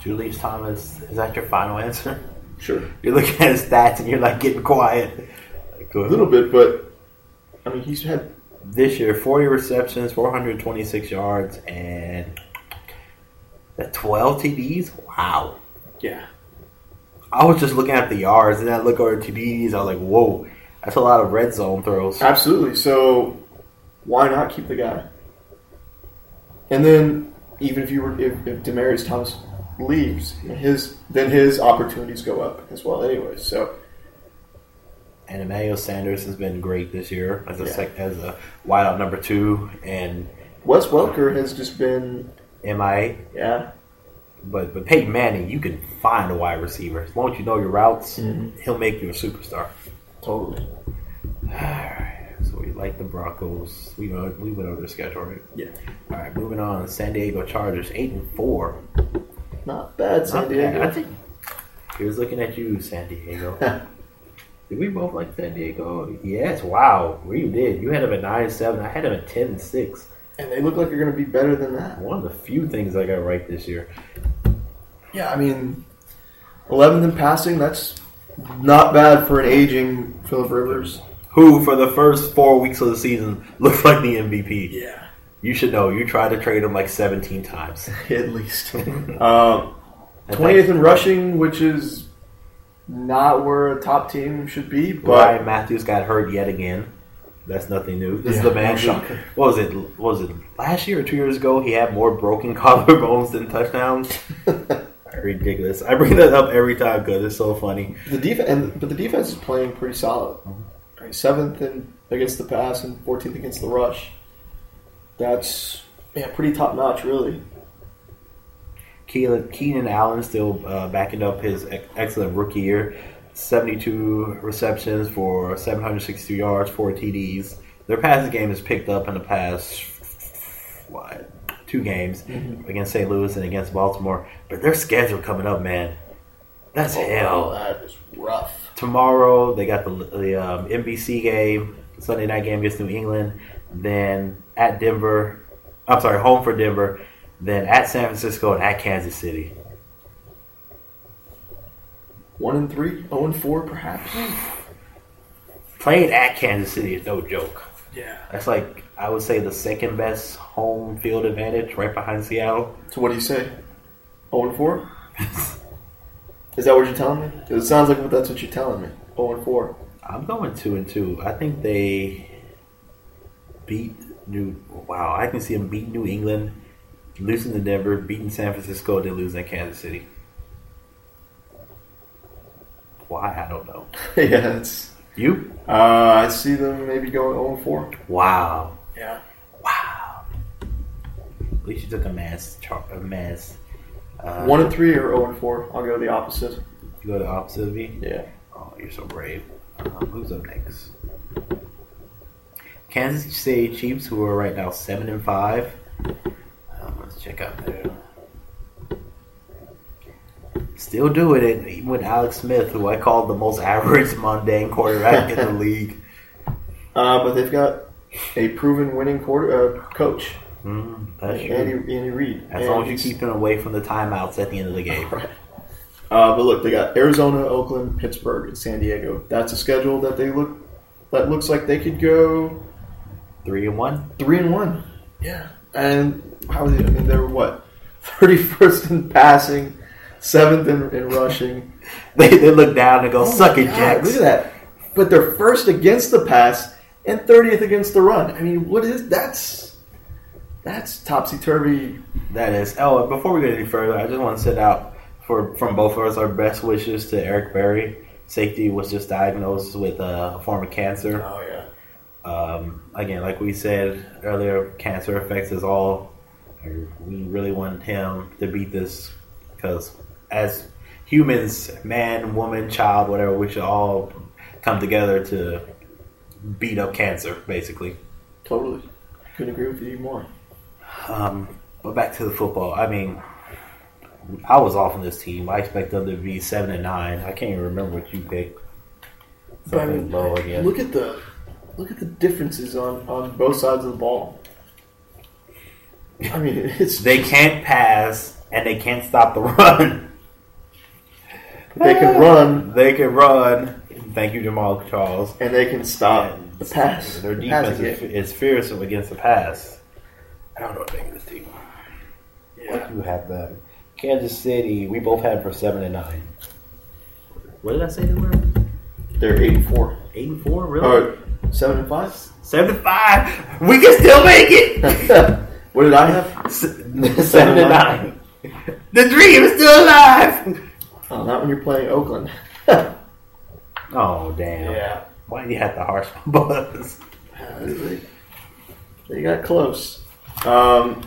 Speaker 2: Julius Thomas. Is that your final answer?
Speaker 1: Sure,
Speaker 2: You're looking at his stats and you're like getting quiet. Like,
Speaker 1: a little bit, but I mean, he's had
Speaker 2: this year, 40 receptions, 426 yards, and the 12 TDs. Wow.
Speaker 1: yeah.
Speaker 2: I was just looking at the yards and then I look over TDs. I was like, whoa, that's a lot of red zone throws.
Speaker 1: Absolutely. So why not keep the guy? And then even if you were if, if Demarius Thomas leaves, his then his opportunities go up as well. Anyway, so
Speaker 2: And Emmanuel Sanders has been great this year as a,
Speaker 1: Yeah.
Speaker 2: sec- as a wideout number two and
Speaker 1: Wes Welker has just been
Speaker 2: MIA.
Speaker 1: yeah
Speaker 2: But but Peyton Manning, you can find a wide receiver as long as you know your routes.
Speaker 1: Mm-hmm.
Speaker 2: He'll make you a superstar.
Speaker 1: totally
Speaker 2: All right. So we like the Broncos. We went we went over the schedule, right?
Speaker 1: Yeah.
Speaker 2: All right. Moving on. San Diego Chargers, eight and four.
Speaker 1: not bad. San
Speaker 2: Not bad. I
Speaker 1: Diego.
Speaker 2: think here's looking at you, San Diego. did we both like San Diego? Yes. Wow. We did. You had him at nine and seven. I had him at ten and six.
Speaker 1: and they look like they're going to be better than that.
Speaker 2: One of the few things I got right this year.
Speaker 1: Yeah, I mean, 11th in passing. That's not bad for an aging Philip Rivers.
Speaker 2: Who for the first four weeks of the season looked like the MVP.
Speaker 1: Yeah,
Speaker 2: You should know. You tried to trade him like 17 times.
Speaker 1: at least. um,
Speaker 2: I
Speaker 1: Twentieth
Speaker 2: think
Speaker 1: in rushing, which is not where a top team should be, but
Speaker 2: Ryan Matthews got hurt yet again. That's nothing new. This is
Speaker 1: Yeah,
Speaker 2: the man.
Speaker 1: no
Speaker 2: who-
Speaker 1: shocker.
Speaker 2: what was it? What was it last year or two years ago? He had more broken collarbones than touchdowns. Ridiculous. I bring that up every time because it's so funny.
Speaker 1: the defense. And, but the defense is playing pretty solid. I mean, Seventh in against the pass and fourteenth against the rush. That's yeah, pretty top notch, really.
Speaker 2: Keelan, Keenan Allen still uh, backing up his ex- excellent rookie year. 72 receptions for 762 yards, 4 TDs. Their passing game has picked up in the past, what, two games against St. Louis and against Baltimore. But their schedule coming up, man, that's
Speaker 1: Oh,
Speaker 2: hell.
Speaker 1: that is rough.
Speaker 2: Tomorrow, they got the, the um, NBC game, Sunday night game against New England. Then at Denver, I'm sorry, home for Denver. Then at San Francisco and at Kansas City.
Speaker 1: One and three, oh and four, perhaps.
Speaker 2: playing at Kansas City is no joke.
Speaker 1: Yeah.
Speaker 2: That's like I would say the second best home field advantage, right behind Seattle.
Speaker 1: So what do you say? Oh and four. Is that what you're telling me? 'Cause it sounds like that's what you're telling me. Oh and four.
Speaker 2: I'm going two and two. I think they beat New. Wow, I can see them beating New England, losing to Denver, beating San Francisco, then losing to Kansas City. Why I don't know.
Speaker 1: yeah, that's.
Speaker 2: You?
Speaker 1: Uh, I see them maybe going oh and four.
Speaker 2: Wow,
Speaker 1: Yeah.
Speaker 2: wow. At least you took a mass char- a mass. Uh,
Speaker 1: One and three or zero and four. I'll go the opposite.
Speaker 2: You go to opposite of me.
Speaker 1: Yeah.
Speaker 2: Oh, you're so brave. Um, who's up next? Kansas City Chiefs, who are right now seven and five. Um, let's check out there. Still doing it, even with Alex Smith, who I called the most average mundane quarterback in the league.
Speaker 1: Uh, but they've got a proven winning quarter uh, coach,
Speaker 2: Mm, that's
Speaker 1: Andy,
Speaker 2: true.
Speaker 1: Andy Reid.
Speaker 2: As long as
Speaker 1: And
Speaker 2: you keep them away from the timeouts at the end of the game.
Speaker 1: Right. Uh, but look, they got Arizona, Oakland, Pittsburgh, and San Diego. That's a schedule that they look that looks like they could go
Speaker 2: Three and one.
Speaker 1: three and one. Yeah. And how they? I mean, they were what thirty first in passing, seventh in, in rushing.
Speaker 2: They, they look down and go, Oh suck it,
Speaker 1: Oh God,
Speaker 2: Jacks.
Speaker 1: Look at that. But they're first against the pass and 30th against the run. I mean, what is that's that's topsy turvy.
Speaker 2: That is. Oh, and before we get any further, I just want to send out for from both of us our best wishes to Eric Berry. Safety was just diagnosed with uh, a form of cancer.
Speaker 1: Oh yeah.
Speaker 2: Um, again, like we said earlier, cancer affects us all. We really want him to beat this because, as humans, man, woman, child, whatever, we should all come together to beat up cancer, basically.
Speaker 1: Totally. Couldn't agree with you more.
Speaker 2: Um, but back to the football. I mean, I was off on this team. I expect them to be seven and nine. I can't even remember what you picked.
Speaker 1: But I
Speaker 2: Something
Speaker 1: mean,
Speaker 2: low again.
Speaker 1: Look at the look at the differences on, on both sides of the ball. I mean it's
Speaker 2: they can't pass and they can't stop the run.
Speaker 1: They can run
Speaker 2: They can run. Thank you, Jamal Charles.
Speaker 1: and they can stop
Speaker 2: And
Speaker 1: the pass.
Speaker 2: Their
Speaker 1: the passing
Speaker 2: defense
Speaker 1: game.
Speaker 2: is, is fearsome against the pass. I don't know what to think of this team. What do you have them? Kansas City. We both had for seven and nine.
Speaker 4: What did I say they were?
Speaker 1: They're eight and four.
Speaker 4: Eight and four, really?
Speaker 1: Or seven and five.
Speaker 4: Seven and five. We can still make it.
Speaker 1: what did I have?
Speaker 4: Seven, and nine. The dream is still alive.
Speaker 1: Oh, not when you're playing Oakland.
Speaker 2: Oh damn! Why do you have the harsh buzz?
Speaker 1: They got close. Um,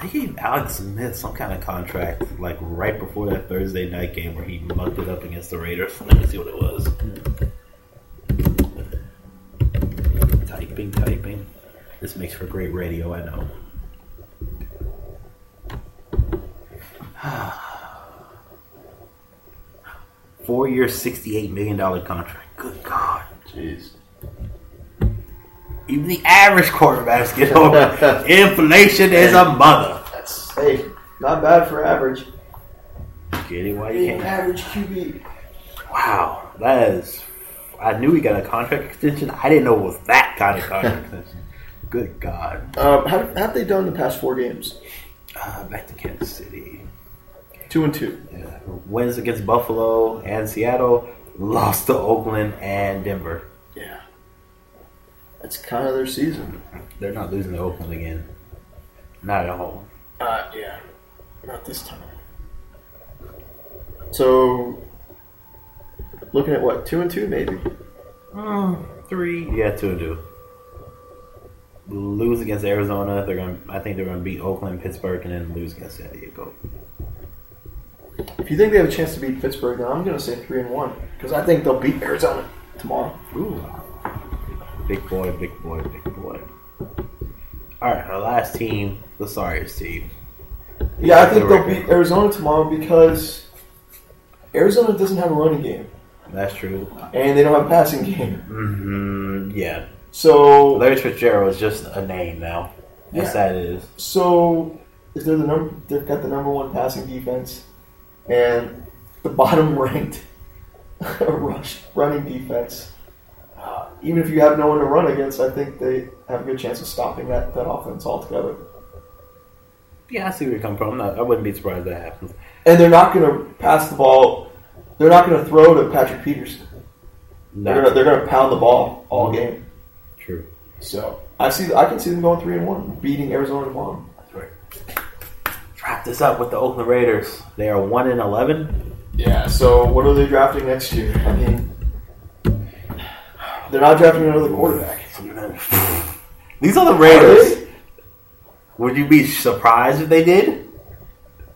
Speaker 2: They gave Alex Smith some kind of contract like right before that Thursday night game where he mucked it up against the Raiders. Let me see what it was. Typing, typing. This makes for great radio, I know. Four year, $68 million contract. Good God.
Speaker 1: Jeez.
Speaker 2: Even the average quarterbacks get over. Inflation is a mother.
Speaker 1: That's hey, not bad for average.
Speaker 2: Get it while you
Speaker 1: Being
Speaker 2: can.
Speaker 1: average QB.
Speaker 2: Wow, that is. I knew he got a contract extension. I didn't know it was that kind of contract extension. Good God.
Speaker 1: Um, how how have they done the past four games?
Speaker 2: Uh, back to Kansas City.
Speaker 1: Two and two.
Speaker 2: Yeah. Wins against Buffalo and Seattle. Lost to Oakland and Denver.
Speaker 1: Yeah. That's kind of their season.
Speaker 2: They're not losing to Oakland again. Not at home.
Speaker 1: Uh, yeah. Not this time. So, looking at what two and two maybe.
Speaker 2: Three. Yeah, two and two. Lose against Arizona. They're going. to I think they're going to beat Oakland, Pittsburgh, and then lose against San Diego.
Speaker 1: If you think they have a chance to beat Pittsburgh, then I'm going to say three and one because I think they'll beat Arizona tomorrow.
Speaker 2: Ooh. Big boy, big boy, big boy. All right, our last team, the sorriest team.
Speaker 1: Yeah, I think
Speaker 2: They're
Speaker 1: they'll
Speaker 2: right.
Speaker 1: beat Arizona tomorrow because Arizona doesn't have a running game
Speaker 2: That's true.
Speaker 1: and they don't have a passing game.
Speaker 2: hmm yeah.
Speaker 1: So,
Speaker 2: Larry Fitzgerald is just a name now. Yes, that is.
Speaker 1: so if they're the number, they've got the number one passing defense and the bottom ranked rush running defense. Uh, Even if you have no one to run against, I think they have a good chance of stopping that, that offense altogether.
Speaker 2: Yeah, I see where you come from. I'm not, I wouldn't be surprised if that happens.
Speaker 1: And they're not going to pass the ball. They're not going to throw to Patrick Peterson. They're
Speaker 2: No,
Speaker 1: going to they're going to pound the ball all game.
Speaker 2: true.
Speaker 1: So I see, I can see them going three and one, beating Arizona tomorrow.
Speaker 2: That's right. Wrap this up with the Oakland Raiders. They are one and eleven.
Speaker 1: Yeah. So what are they drafting next year? I mean, they're not drafting another quarterback.
Speaker 2: These are the Raiders. Would you be surprised if they did?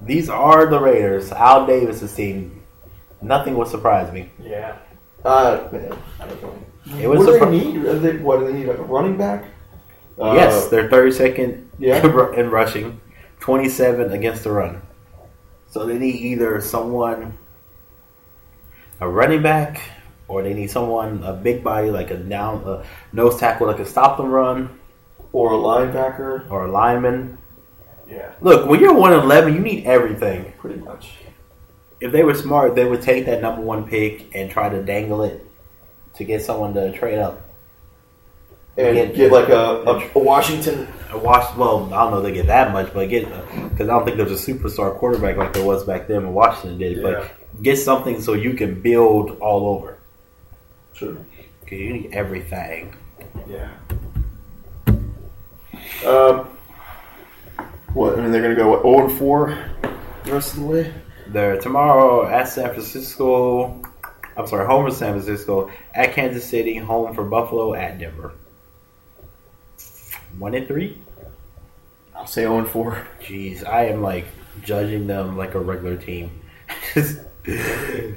Speaker 2: These are the Raiders. Al Davis' team. Nothing would surprise me.
Speaker 1: Yeah. Uh, man, I don't know.
Speaker 2: It
Speaker 1: What
Speaker 2: was
Speaker 1: do
Speaker 2: surpri-
Speaker 1: they need? Are they, what do they need? Like a running back? Uh,
Speaker 2: yes, they're thirty second
Speaker 1: Yeah.
Speaker 2: in rushing, twenty seven against the run. So they need either someone a running back, or they need someone a big body like a down a nose tackle that can stop the run,
Speaker 1: Or a linebacker?
Speaker 2: or a lineman.
Speaker 1: Yeah.
Speaker 2: Look, when you're one eleven, you need everything.
Speaker 1: Pretty much.
Speaker 2: if they were smart, they would take that number one pick and try to dangle it to get someone to trade up.
Speaker 1: And
Speaker 2: Get-
Speaker 1: get like a, a, a Washington.
Speaker 2: I watched, well, I don't know if they get that much, but get because I don't think there's a superstar quarterback like there was back then when Washington did.
Speaker 1: Yeah.
Speaker 2: But get something so you can build all over.
Speaker 1: Sure.
Speaker 2: 'Cause You need everything.
Speaker 1: Yeah. Um. What? I mean, they're gonna go what, zero and four the rest of the way.
Speaker 2: They're tomorrow at San Francisco. I'm sorry, home for San Francisco, at Kansas City, home for Buffalo, at Denver. One and three.
Speaker 1: I'll say 0 and 4.
Speaker 2: Jeez, I am like judging them like a regular team. you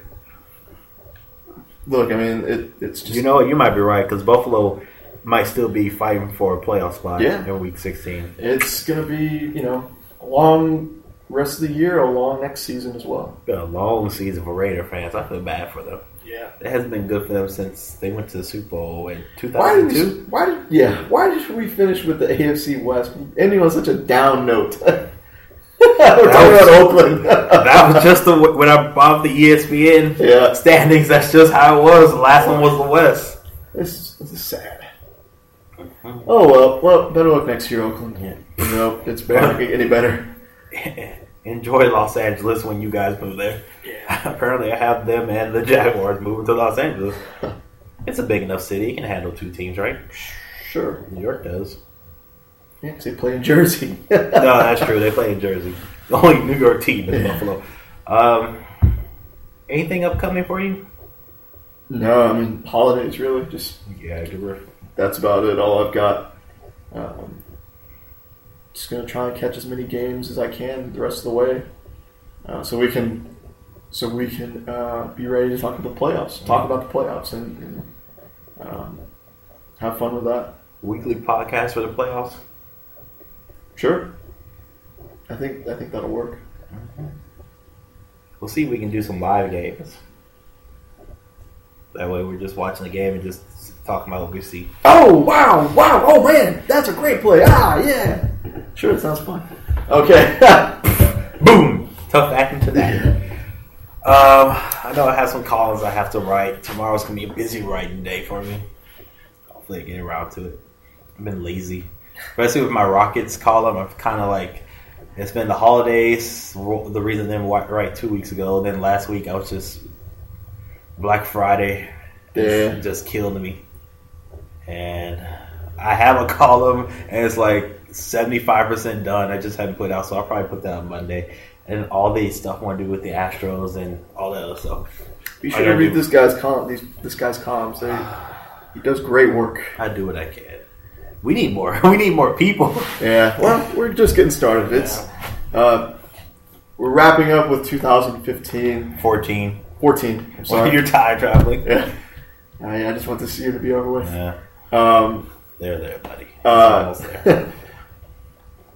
Speaker 1: Look, I mean, it, it's just.
Speaker 2: know, what? you might be right because Buffalo might still be fighting for a playoff spot
Speaker 1: Yeah.
Speaker 2: in Week 16.
Speaker 1: it's going to be, you know, a long rest of the year, a long next season as well.
Speaker 2: Been a long season for Raider fans. I feel bad for them.
Speaker 1: Yeah.
Speaker 2: It hasn't been good for them since they went to the Super Bowl in
Speaker 1: Why did
Speaker 2: 2002.
Speaker 1: we, why did, yeah, why did we finish with the AFC West ending on such a down note? We're talking about
Speaker 2: was-
Speaker 1: Oakland.
Speaker 2: that was just the when I bought the E ESPN
Speaker 1: Yeah,
Speaker 2: standings. That's just how it was. The last one was the West.
Speaker 1: this, this is sad. Oh well, well, better luck next year, Oakland.
Speaker 2: Yeah.
Speaker 1: No, it's barely gonna get any better.
Speaker 2: Enjoy Los Angeles when you guys move there. Apparently, I have them and the Jaguars moving to Los Angeles. It's a big enough city; it can handle two teams, right?
Speaker 1: Sure,
Speaker 2: New York does.
Speaker 1: yeah, 'cause they play in Jersey.
Speaker 2: No, that's true. They play in Jersey. The only New York team is Buffalo. Um, anything upcoming for you?
Speaker 1: no, I mean holidays really. Just
Speaker 2: Yeah, I do.
Speaker 1: that's about it. All I've got. Um, just gonna try and catch as many games as I can the rest of the way, uh, so we can, so we can uh, be ready to talk about the playoffs. Talk about the playoffs and, and um, have fun with that.
Speaker 2: Weekly podcast for the playoffs.
Speaker 1: Sure. I think I think that'll work.
Speaker 2: We'll see if we can do some live games. That way, we're just watching the game and just talking about what we see.
Speaker 1: Oh wow, wow, oh man, that's a great play. Ah yeah. Sure, it sounds fun. Okay.
Speaker 2: Boom! Tough acting to that. Um, I know I have some columns I have to write. Tomorrow's gonna be a busy writing day for me. Hopefully, I get around to it. I've been lazy, especially with my Rockets column. I've kind of like it's been the holidays. ro- The reason I didn't wi- write two weeks ago, then last week I was just Black Friday.
Speaker 1: Yeah.
Speaker 2: It just killed me. And I have a column, and it's like seventy five percent done. I just haven't put it out, so I'll probably put that on Monday. And all the stuff I want to do with the Astros and all that other stuff.
Speaker 1: You
Speaker 2: I
Speaker 1: should
Speaker 2: gotta
Speaker 1: read
Speaker 2: do-
Speaker 1: this guy's column. These, this guy's columns. They, he does great work.
Speaker 2: I do what I can. We need more. We need more people.
Speaker 1: Yeah. Well, we're just getting started. It's uh, we're wrapping up with 2015,
Speaker 2: Fourteen.
Speaker 1: 14. I'm
Speaker 2: Sorry,
Speaker 1: sorry.
Speaker 2: you're time traveling.
Speaker 1: Yeah. I, I just want this year to be over with.
Speaker 2: Yeah,
Speaker 1: Um,
Speaker 2: there, there, buddy. It's
Speaker 1: Uh,
Speaker 2: almost there.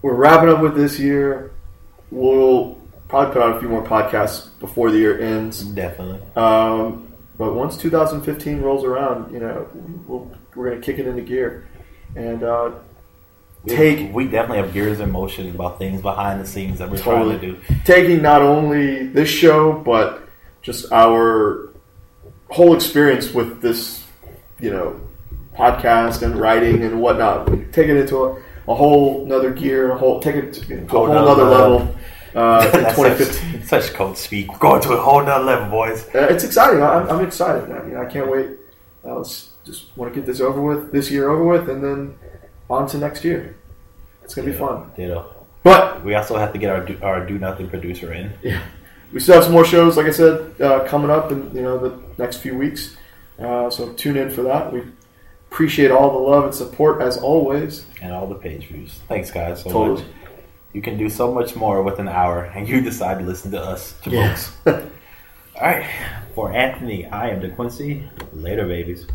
Speaker 1: we're wrapping up with this year. We'll probably put out a few more podcasts before the year ends.
Speaker 2: Definitely.
Speaker 1: Um, but once 2015 rolls around, you know, we'll, we're going to kick it into gear and uh, take
Speaker 2: We definitely have gears in motion about things behind the scenes that we're trying to
Speaker 1: Totally.
Speaker 2: do.
Speaker 1: taking not only this show but just our whole experience with this, you know, podcast and writing and whatnot. We take it into a, a whole another gear, a whole take it to a whole
Speaker 2: Whole nother
Speaker 1: another
Speaker 2: level.
Speaker 1: level. Uh, in
Speaker 2: That's
Speaker 1: 2015.
Speaker 2: Such, such code speak. We're going to a whole nother level, boys.
Speaker 1: Uh, it's exciting. I- I'm, I'm excited. I mean, I can't wait. I was just want to get this over with, this year over with, and then on to next year. It's gonna be fun.
Speaker 2: Ditto.
Speaker 1: But
Speaker 2: We also have to get our do, our do nothing producer in.
Speaker 1: we still have some more shows, like I said, uh, coming up in you know the next few weeks. Uh, so tune in for that. We appreciate all the love and support as always.
Speaker 2: and all the page views. Thanks, guys, so
Speaker 1: Totally.
Speaker 2: much. You can do so much more with an hour, and you decide to listen to us to
Speaker 1: Yeah.
Speaker 2: books. all right. For Anthony, I am DeQuincy. Later, babies.